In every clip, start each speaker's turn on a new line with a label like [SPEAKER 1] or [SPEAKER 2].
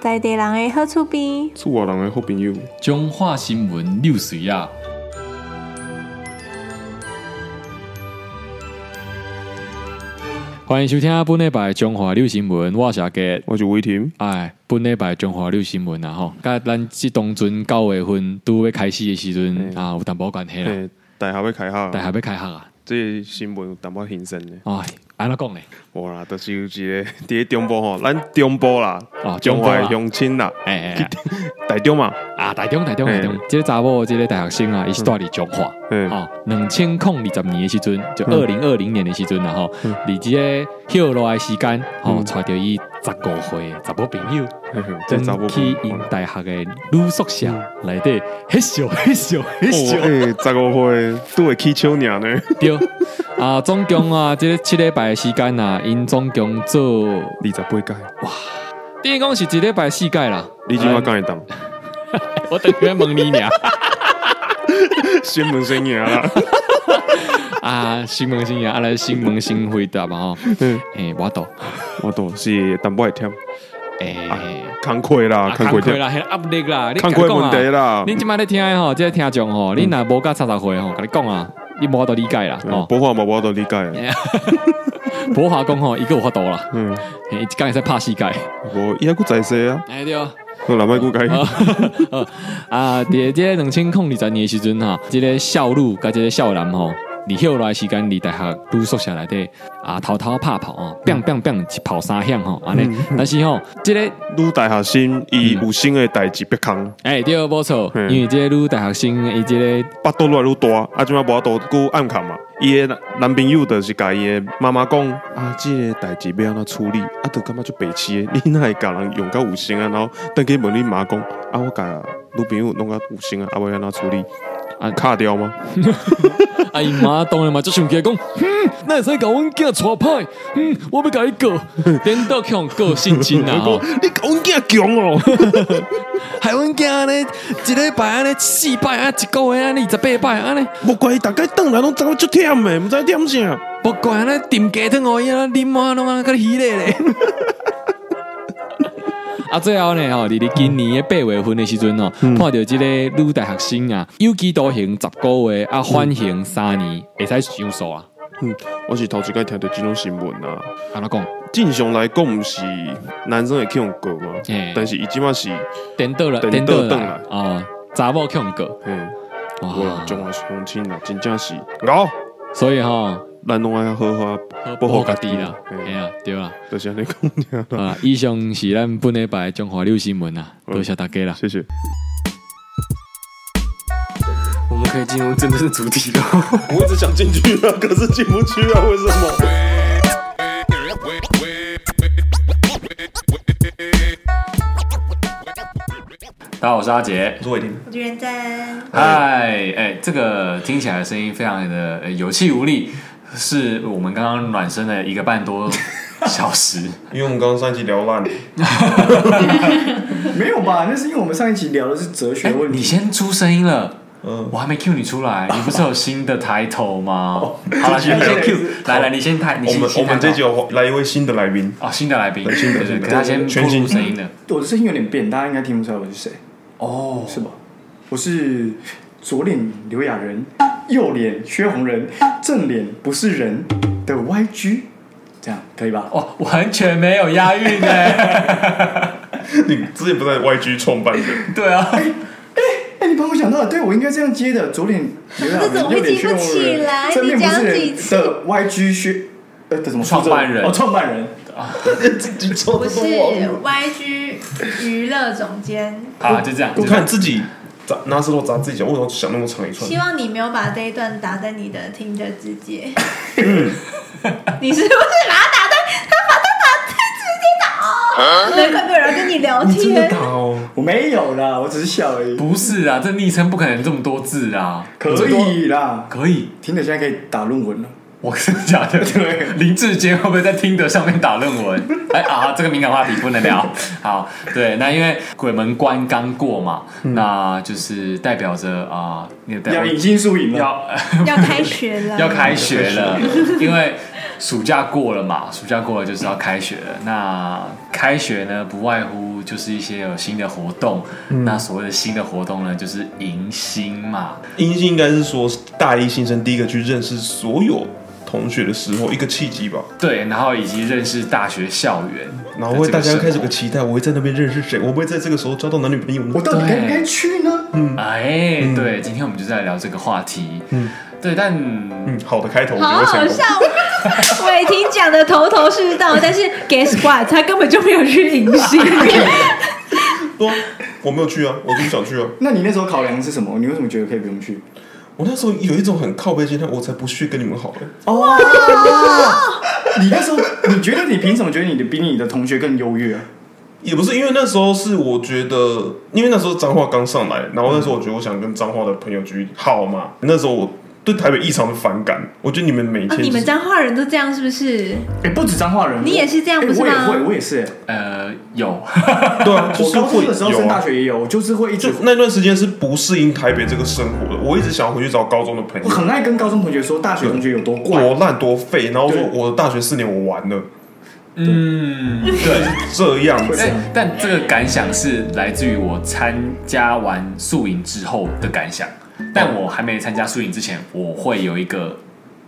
[SPEAKER 1] 在地人的好厝边，
[SPEAKER 2] 厝外人的好朋友，
[SPEAKER 3] 中华新闻六水啊，欢迎收听本礼拜中华六新闻，我是阿杰。
[SPEAKER 2] 我是伟霆。
[SPEAKER 3] 哎，本礼拜中华六新闻啊吼，甲咱即当阵九月份拄要开始的时阵
[SPEAKER 2] 嗯
[SPEAKER 3] 啊，有淡薄关系啦，
[SPEAKER 2] 诶，大学要开学，
[SPEAKER 3] 大学要开学啊，
[SPEAKER 2] 这个新闻有淡薄轻生的。
[SPEAKER 3] 哎，安怎讲呢？
[SPEAKER 2] 无啦，就是有一个伫咧 中部吼，咱中部啦，
[SPEAKER 3] 哦
[SPEAKER 2] 中
[SPEAKER 3] 中部
[SPEAKER 2] 华
[SPEAKER 3] 啦
[SPEAKER 2] 的乡亲啦，
[SPEAKER 3] 哎哎哎。
[SPEAKER 2] 台中嘛，
[SPEAKER 3] 啊，台中台中台中
[SPEAKER 2] 嘿，
[SPEAKER 3] 这个查某，这个大学生啊，伊是住伫中华，
[SPEAKER 2] 嗯
[SPEAKER 3] 吼，哦两千零二十年的时阵，就二
[SPEAKER 2] 嗯
[SPEAKER 3] 零二零年的时阵啦吼，
[SPEAKER 2] 嗯
[SPEAKER 3] 伫这个休落的时间，吼，
[SPEAKER 2] 嗯
[SPEAKER 3] 带着伊十五岁的查某朋友，
[SPEAKER 2] 嘿嘿这查某哦嗯
[SPEAKER 3] 跟去因大学的女宿舍内底嘿笑嘿笑
[SPEAKER 2] 哦
[SPEAKER 3] 嘿笑，
[SPEAKER 2] 诶，十五岁拄会起手 娘呢，
[SPEAKER 3] 对，啊，总共啊，这个七礼拜的时间啊，因总共做，
[SPEAKER 2] 二十八届，
[SPEAKER 3] 等于讲是一礼拜四届啦，
[SPEAKER 2] 你即马敢会 当？
[SPEAKER 3] 哎我等于要问你俩
[SPEAKER 2] 新闻生涯啦，
[SPEAKER 3] 啊，新闻新呀，啊来新闻新回答嘛吼，
[SPEAKER 2] 嗯
[SPEAKER 3] 诶，我懂。
[SPEAKER 2] 我都是淡薄会忝，
[SPEAKER 3] 诶，
[SPEAKER 2] 工课啦，工课
[SPEAKER 3] 课
[SPEAKER 2] 忝，
[SPEAKER 3] 啊啦，迄压力啦，你
[SPEAKER 2] 工课
[SPEAKER 3] 跟我
[SPEAKER 2] 问
[SPEAKER 3] 讲啊
[SPEAKER 2] 题。啦，
[SPEAKER 3] 恁即摆咧听的吼，即个听众吼，你若无甲三十岁吼，甲你讲啊，你无法度理解啦。
[SPEAKER 2] 嗯
[SPEAKER 3] 吼，
[SPEAKER 2] 博化嘛，我都理解，
[SPEAKER 3] 博华讲吼，伊个有法度啦，
[SPEAKER 2] 嗯，
[SPEAKER 3] 嘿一工会使拍四界。
[SPEAKER 2] 无伊还佫在世啊，
[SPEAKER 3] 哎对哦。
[SPEAKER 2] 我老麦佫改。
[SPEAKER 3] 啊，伫即个两千零二十年的时阵哈，即个少女甲即个少男吼，离休落来的时间，离大学入宿舍内底啊，偷偷拍炮啊，bang
[SPEAKER 2] 嗯
[SPEAKER 3] bang bang 一炮三响吼，安尼。但是吼，即个
[SPEAKER 2] 女大学生伊有新的代志别扛，
[SPEAKER 3] 哎对，无错，
[SPEAKER 2] 嗯
[SPEAKER 3] 因为即个女大学生伊即个
[SPEAKER 2] 巴肚越来越大，啊，即摆无法度顾暗扛嘛。伊的男朋友就是甲伊的妈妈讲，啊，即、个代志要安怎处理，啊，就感觉就白痴的，你 哪会甲人用到有心啊？然后等去问你妈讲，啊，我甲女朋友弄到有心啊，啊，我要安怎处理？
[SPEAKER 3] 啊
[SPEAKER 2] 啊，卡掉吗？
[SPEAKER 3] 啊伊妈当然嘛，就想起来讲，嗯，那会使甲阮囝娶歹，嗯，我要甲伊 告，颠倒去互告性侵 啦吼，
[SPEAKER 2] 你甲阮囝强哦，
[SPEAKER 3] 害阮囝安尼一礼拜安尼四摆啊，一个月安尼二十八摆安尼，
[SPEAKER 2] 无怪伊逐概转来拢走足忝的，毋知忝啥。
[SPEAKER 3] 不管安尼炖鸡汤哦，伊安尼啉啊，拢安尼甲你鱼咧咧。 啊，最后呢，吼，伫咧今年的八月份的时阵哦，看到即个女大学生啊，有期徒刑十个月，啊，缓刑三年，会使上诉啊，
[SPEAKER 2] 嗯，我是头一摆听到即种新闻啊。
[SPEAKER 3] 安怎讲？
[SPEAKER 2] 正常来讲，毋是男生会去用告吗？
[SPEAKER 3] 嘿
[SPEAKER 2] 但是伊即满是，
[SPEAKER 3] 颠倒了，
[SPEAKER 2] 颠倒
[SPEAKER 3] 倒
[SPEAKER 2] 转
[SPEAKER 3] 了
[SPEAKER 2] 来
[SPEAKER 3] 哦，查某去互告。
[SPEAKER 2] 嗯，我
[SPEAKER 3] 哇
[SPEAKER 2] 啦，，中华相亲啦，真正是，咬
[SPEAKER 3] 所以吼，
[SPEAKER 2] 咱拢爱好好啊，
[SPEAKER 3] 保
[SPEAKER 2] 保
[SPEAKER 3] 护
[SPEAKER 2] 护
[SPEAKER 3] 家
[SPEAKER 2] 家
[SPEAKER 3] 己
[SPEAKER 2] 己
[SPEAKER 3] 啦，哎
[SPEAKER 2] 嘿
[SPEAKER 3] 呀，对啦，
[SPEAKER 2] 就是安尼讲尔啦。
[SPEAKER 3] 啊，以上是咱本礼拜的中华六新闻啊，
[SPEAKER 2] 嗯
[SPEAKER 3] 多谢大家啦。
[SPEAKER 2] 谢谢。
[SPEAKER 4] 我们可以进入真正的主题了。
[SPEAKER 2] 我一直想进去啊，可是进不去啊，为什么？
[SPEAKER 3] 大家好，我是阿杰。
[SPEAKER 1] 我是元真。
[SPEAKER 3] 嗨，哎，这个听起来的声音非常的呃有气无力，是我们刚刚暖身的一个半多小时。
[SPEAKER 2] 因为我们刚刚上一集聊烂，
[SPEAKER 4] 没有
[SPEAKER 1] 啊
[SPEAKER 4] 吧？那是因为我们上一期聊的是哲学
[SPEAKER 3] 哎，
[SPEAKER 4] 问
[SPEAKER 3] 你
[SPEAKER 4] 题。
[SPEAKER 3] 先出声音了。
[SPEAKER 2] 嗯
[SPEAKER 3] 我还没 Q 你出来，你不是有新的抬头吗？好了，你
[SPEAKER 2] 没有
[SPEAKER 3] 先 Q，来来，你先抬，你
[SPEAKER 2] 我
[SPEAKER 3] 先
[SPEAKER 2] 们
[SPEAKER 3] 先
[SPEAKER 2] 我们
[SPEAKER 3] 抬
[SPEAKER 2] 这
[SPEAKER 3] 头
[SPEAKER 2] 集有来一位新的来宾，
[SPEAKER 3] 哦，新的来宾，对对对，
[SPEAKER 2] 新的
[SPEAKER 3] 给他先
[SPEAKER 2] 全
[SPEAKER 3] 透露
[SPEAKER 2] 新
[SPEAKER 3] 声音的。
[SPEAKER 4] 我的声音有点变，大家应该听不出来我是谁，
[SPEAKER 3] 哦，
[SPEAKER 4] 是吧？我是左脸刘亚仁，右脸薛红人，正脸不是人的 YG，这样可以吧？
[SPEAKER 3] 哦，完全没有押韵呢。
[SPEAKER 2] 你之前不是在 YG 创办的，
[SPEAKER 3] 对啊，
[SPEAKER 4] 哎、你帮我想到了，对我应该这样接的，左脸刘 亚
[SPEAKER 1] 这怎
[SPEAKER 4] 仁，
[SPEAKER 1] 么
[SPEAKER 4] 右脸
[SPEAKER 1] 记
[SPEAKER 4] 薛
[SPEAKER 1] 不
[SPEAKER 4] 红
[SPEAKER 1] 起
[SPEAKER 4] 人
[SPEAKER 1] 来，
[SPEAKER 4] 正面
[SPEAKER 1] 你
[SPEAKER 4] 不
[SPEAKER 1] 讲
[SPEAKER 4] 是
[SPEAKER 1] 几
[SPEAKER 4] 人
[SPEAKER 1] 次
[SPEAKER 4] 的 YG 薛，呃，的什么
[SPEAKER 3] 创办人
[SPEAKER 4] 哦，创办人，
[SPEAKER 2] 自己做
[SPEAKER 5] 我
[SPEAKER 2] 的
[SPEAKER 5] 是
[SPEAKER 2] 都忘了
[SPEAKER 5] YG 娱乐总监，
[SPEAKER 3] 啊，就这样，
[SPEAKER 2] 我
[SPEAKER 3] 就这
[SPEAKER 2] 看
[SPEAKER 3] 样
[SPEAKER 2] 自己砸拿石头砸自己脚，为什么想那么长一串
[SPEAKER 5] 希？望你没有把这一段打在你的听的字节。你是不是把它打在？他把它打在直接打哦，难怪没有人跟你聊
[SPEAKER 2] 你真的
[SPEAKER 5] 天
[SPEAKER 2] 打。哦？
[SPEAKER 4] 我没有啦，我只是笑而已，
[SPEAKER 3] 不是啊，这昵称不可能这么多字啊，
[SPEAKER 4] 可以啦，
[SPEAKER 3] 可以。
[SPEAKER 4] 听着现在可以打论文了。
[SPEAKER 3] 我真的假的？
[SPEAKER 4] 对
[SPEAKER 3] 林志坚会不会在听得上面打论文？哎啊，这个敏感话题不能聊。好，对，那因为鬼门关刚过嘛，那就是代表着啊，你的
[SPEAKER 4] 要迎新输赢了。
[SPEAKER 5] 要
[SPEAKER 3] 要
[SPEAKER 5] 开学了，
[SPEAKER 3] 嗯要开学了，因为暑假过了嘛，暑假过了就是要开学了。那开学呢，不外乎如就是一些有新的活动。
[SPEAKER 2] 嗯
[SPEAKER 3] 那所谓的新的活动呢，就是迎新嘛。
[SPEAKER 2] 音性应该是说大一新生第一个去认识所有同学的时候，一个契机吧。
[SPEAKER 3] 对，然后以及认识大学校园，
[SPEAKER 2] 然后会大家开始有
[SPEAKER 3] 这
[SPEAKER 2] 个
[SPEAKER 3] 个生
[SPEAKER 2] 期待，我会在那边认识谁？我会不会在这个时候交到男女朋友呢
[SPEAKER 4] 我？到底该不该去呢？
[SPEAKER 2] 嗯
[SPEAKER 3] 活哎，对，今天我们就在聊这个话题。嗯，对，但
[SPEAKER 2] 嗯，好的开头，我觉
[SPEAKER 5] 好
[SPEAKER 2] 得
[SPEAKER 5] 好
[SPEAKER 2] 成功
[SPEAKER 5] 笑。。哦伟霆讲的头头是道，但是 guess what？他根本就没有去迎新。
[SPEAKER 2] 对啊，我没有去啊，我不想去啊。
[SPEAKER 4] 那你那时候考量是什么？你为什么觉得可以不用去？
[SPEAKER 2] 我那时候有一种很靠背心态，我才不去跟你们好了。
[SPEAKER 4] 哦， 你那时候你觉得你凭什么觉得你的比你的同学更优越啊？
[SPEAKER 2] 也不是因为那时候是我觉得，因为那时候彰化刚上来，然后那时候我觉得我想跟彰化的朋友去好嘛。那时候我对台北异常的反感，我觉得啊你们每
[SPEAKER 5] 哦
[SPEAKER 2] 天、
[SPEAKER 5] 你们彰化人都这样是不是？
[SPEAKER 4] 哎、不止彰化人，
[SPEAKER 5] 你也是这样
[SPEAKER 4] 哎
[SPEAKER 5] 不是吗
[SPEAKER 4] 我也会，我也是、哎
[SPEAKER 3] 呃，有
[SPEAKER 2] 对啊，就
[SPEAKER 4] 我
[SPEAKER 2] 是
[SPEAKER 4] 高
[SPEAKER 2] 会
[SPEAKER 4] 中的时候
[SPEAKER 2] 有
[SPEAKER 4] 升
[SPEAKER 2] 啊
[SPEAKER 4] 大学也有，我就是会一直
[SPEAKER 2] 就那段时间是不适应台北这个生活的，我一直想要回去找高中的朋
[SPEAKER 4] 我
[SPEAKER 2] 友，
[SPEAKER 4] 很爱跟高中同学说大学同学有多怪，
[SPEAKER 2] 多烂多废，然后说
[SPEAKER 4] 对
[SPEAKER 2] 我的大学四年我完了，
[SPEAKER 3] 嗯，对。
[SPEAKER 2] 这样子
[SPEAKER 3] 哎、但这个感想是来自于我参加完宿营之后的感想。但我还没参加宿营之前，我会有一个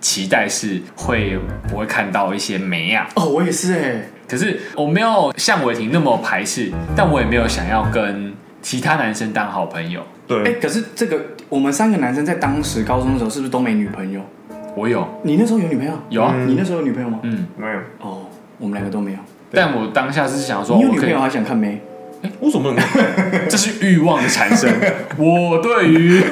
[SPEAKER 3] 期待是会我会看到一些美啊，
[SPEAKER 4] 哦，我也是哎、
[SPEAKER 3] 可是我没有像伟霆那么排斥，但我也没有想要跟其他男生当好朋友。
[SPEAKER 4] 哎、
[SPEAKER 2] 对，
[SPEAKER 4] 可是这个我们三个男生在当时高中的时候是不是都没女朋友？
[SPEAKER 3] 我有
[SPEAKER 4] 你那时候有女朋友？
[SPEAKER 3] 有啊，
[SPEAKER 4] 你那时候有女朋友吗？
[SPEAKER 3] 嗯，
[SPEAKER 2] 没有，
[SPEAKER 4] 哦，我们两个都没有。
[SPEAKER 3] 但我当下是想说，
[SPEAKER 4] 你有
[SPEAKER 3] 我
[SPEAKER 4] 女
[SPEAKER 3] 可
[SPEAKER 4] 朋
[SPEAKER 3] 以
[SPEAKER 4] 友，还想 看没？
[SPEAKER 2] 为什么 不能
[SPEAKER 3] 这是欲望的产生。我对于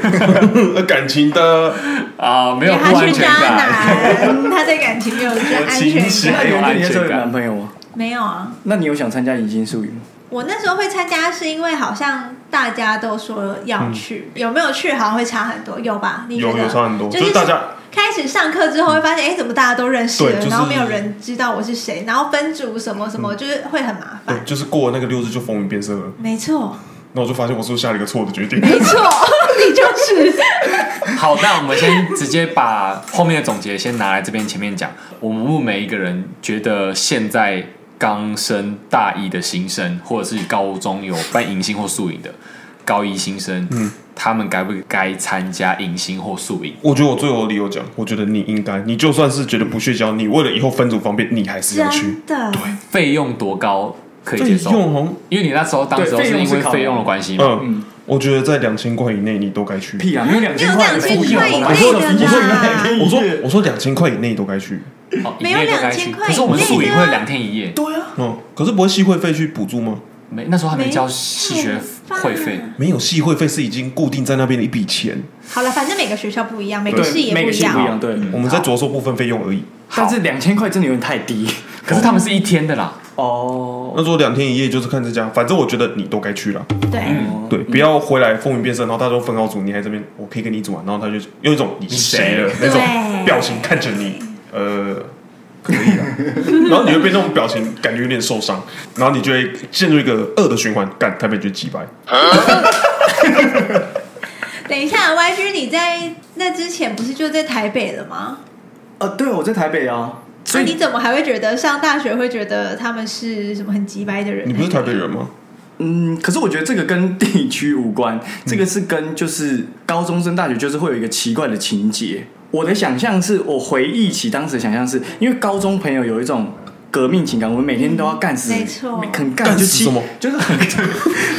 [SPEAKER 2] 呃感情的
[SPEAKER 3] 啊、没有
[SPEAKER 5] 因为
[SPEAKER 3] 不
[SPEAKER 5] 他
[SPEAKER 3] 安
[SPEAKER 5] 去
[SPEAKER 3] 全
[SPEAKER 5] 渣
[SPEAKER 3] 感，
[SPEAKER 5] 男，他在感情没有这
[SPEAKER 3] 我
[SPEAKER 5] 安
[SPEAKER 3] 情
[SPEAKER 5] 全
[SPEAKER 3] 史
[SPEAKER 5] 感，
[SPEAKER 3] 还有
[SPEAKER 4] 那
[SPEAKER 3] 安
[SPEAKER 4] 你那时候
[SPEAKER 3] 全
[SPEAKER 4] 有男
[SPEAKER 3] 感。
[SPEAKER 4] 朋友吗？
[SPEAKER 5] 没有啊。
[SPEAKER 4] 那你有想参加迎新宿营吗？
[SPEAKER 5] 我那时候会参加，是因为好像大家都说要去，有没有去好像会差很多，有吧？你觉
[SPEAKER 2] 有
[SPEAKER 5] 得
[SPEAKER 2] 有差很多，
[SPEAKER 5] 就
[SPEAKER 2] 就是是大家
[SPEAKER 5] 开始上课之后会发现，哎、怎么大家都认识了，
[SPEAKER 2] 对就是
[SPEAKER 5] 然后没有人知道我是谁，然后分组什么什么，就是会很麻
[SPEAKER 2] 对
[SPEAKER 5] 烦。
[SPEAKER 2] 就是过了那个六日就风云变色了，
[SPEAKER 5] 没错，
[SPEAKER 2] 那我就发现我是不是下了一个错的决定，
[SPEAKER 5] 没错，你就是。
[SPEAKER 3] 好，那我们先直接把后面的总结先拿来这边前面讲。我们问每一个人，觉得现在刚升大一的新生，或者是高中有办迎新或宿营的高一新生，嗯，他们该不该参加迎新或宿营？
[SPEAKER 2] 我觉得我最有理由讲，我觉得你应该，你就算是觉得不去交，你为了以后分组方便，你还是要去。
[SPEAKER 5] 真的，
[SPEAKER 3] 费用多高可以
[SPEAKER 2] 费
[SPEAKER 3] 接受？
[SPEAKER 2] 用红，
[SPEAKER 3] 因为你那时候当时候
[SPEAKER 4] 对费
[SPEAKER 3] 是
[SPEAKER 4] 用
[SPEAKER 3] 因
[SPEAKER 4] 是
[SPEAKER 3] 为
[SPEAKER 4] 考量
[SPEAKER 3] 费用的关系嘛，
[SPEAKER 2] 嗯，我觉得在两千块以内你都该去。
[SPEAKER 4] 屁啊，没有两
[SPEAKER 5] 没
[SPEAKER 4] 千
[SPEAKER 5] 有
[SPEAKER 4] 块，
[SPEAKER 5] 两千
[SPEAKER 4] 我不
[SPEAKER 5] 块以
[SPEAKER 4] 要
[SPEAKER 5] 内
[SPEAKER 4] 我说
[SPEAKER 5] 的
[SPEAKER 4] 你说
[SPEAKER 5] 啦，
[SPEAKER 2] 我说
[SPEAKER 4] 啊
[SPEAKER 2] 我说两千块以内都该去，
[SPEAKER 3] 哦，一
[SPEAKER 5] 没有
[SPEAKER 3] 夜都该去。
[SPEAKER 5] 2000块
[SPEAKER 3] 可是我们
[SPEAKER 5] 以内
[SPEAKER 3] 宿营
[SPEAKER 5] 的啊
[SPEAKER 3] 会两天一夜，
[SPEAKER 4] 对啊，
[SPEAKER 2] 嗯，可是不会系会费去补助吗？
[SPEAKER 3] 没那时候还没交
[SPEAKER 5] 没
[SPEAKER 3] 系学
[SPEAKER 5] 办法
[SPEAKER 3] 会费，
[SPEAKER 2] 没有，系会费是已经固定在那边的一笔钱，
[SPEAKER 5] 好了，反正每个学校不一样，每个系
[SPEAKER 4] 对，
[SPEAKER 5] 也
[SPEAKER 4] 每个系不一样，对。
[SPEAKER 2] 我们在着手部分费用而已。
[SPEAKER 4] 但是两千块真的有点太低
[SPEAKER 3] 可是他们是一天的啦。
[SPEAKER 4] 哦。
[SPEAKER 2] 那说两天一夜就是看这家，反正我觉得你都该去了，
[SPEAKER 5] 对，
[SPEAKER 2] 对，不要回来风云变色，然后大家都分好组，你还这边我可以跟你组啊，然后他就用一种你是谁了那种
[SPEAKER 5] 对
[SPEAKER 2] 表情看着你，呃。可以啊，然后你会被那种表情感觉有点受伤，然后你就会陷入一个恶的循环，干台北就几百，
[SPEAKER 5] 等一下，YG，你在那之前不是就在台北了吗？
[SPEAKER 4] 呃，对，我在台北啊，
[SPEAKER 5] 那
[SPEAKER 4] 所
[SPEAKER 5] 你
[SPEAKER 4] 以
[SPEAKER 5] 怎么还会觉得上大学会觉得他们是什么很急掰的人？
[SPEAKER 2] 你不是台北人吗？
[SPEAKER 4] 嗯，可是我觉得这个跟地区无关，
[SPEAKER 2] 嗯
[SPEAKER 4] 这个是跟就是高中升大学就是会有一个奇怪的情节。我的想象是我回忆起当时的想象是，因为高中朋友有一种革命情感，我们每天都要干死，
[SPEAKER 5] 没错
[SPEAKER 4] 很
[SPEAKER 2] 干
[SPEAKER 4] 干就
[SPEAKER 2] 死
[SPEAKER 4] 七
[SPEAKER 2] 什么
[SPEAKER 4] 就是 很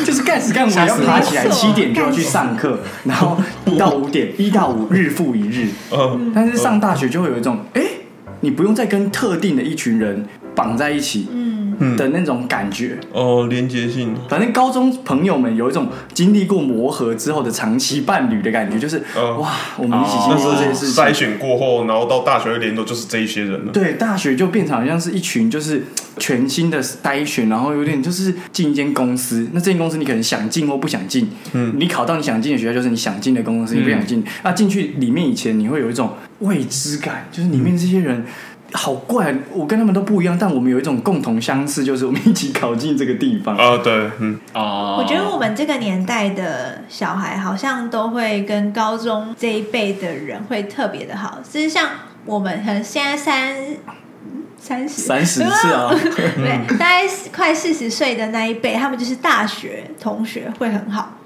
[SPEAKER 4] 就是干死干活，
[SPEAKER 3] 吓
[SPEAKER 4] 要
[SPEAKER 3] 死
[SPEAKER 4] 爬
[SPEAKER 3] 人
[SPEAKER 4] 起来
[SPEAKER 5] 没错
[SPEAKER 4] 七点就要去上课，然后到五点，一到五日复一日。
[SPEAKER 2] 嗯，
[SPEAKER 4] 但是上大学就会有一种，哎、你不用再跟特定的一群人绑在一起
[SPEAKER 5] 嗯，
[SPEAKER 4] 的那种感觉。
[SPEAKER 2] 哦，连结性，
[SPEAKER 4] 反正高中朋友们有一种经历过磨合之后的长期伴侣的感觉，就是、
[SPEAKER 2] 嗯
[SPEAKER 4] 哇，我们一起经
[SPEAKER 2] 但
[SPEAKER 4] 历过这件事
[SPEAKER 2] 哦是
[SPEAKER 4] 情。
[SPEAKER 2] 筛选过后，然后到大学会联络就是这一些人了。
[SPEAKER 4] 对，大学就变成好像是一群就是全新的筛选，然后有点就是进一间公司。那这间公司你可能想进或不想进，嗯，你考到你想进的学校就是你想进的公司，你不想进，
[SPEAKER 2] 嗯
[SPEAKER 4] 那、进去里面以前你会有一种未知感，就是里面这些人。好怪，我跟他们都不一样，但我们有一种共同相似，就是我们一起考进这个地方。
[SPEAKER 2] 啊，对，嗯，
[SPEAKER 3] 啊，
[SPEAKER 5] 我觉得我们这个年代的小孩好像都会跟高中这一辈的人会特别的好，就是像我们可能现在三三十
[SPEAKER 4] 三十次啊，
[SPEAKER 5] 对，大概快四十岁的那一辈，他们就是大学同学会很好。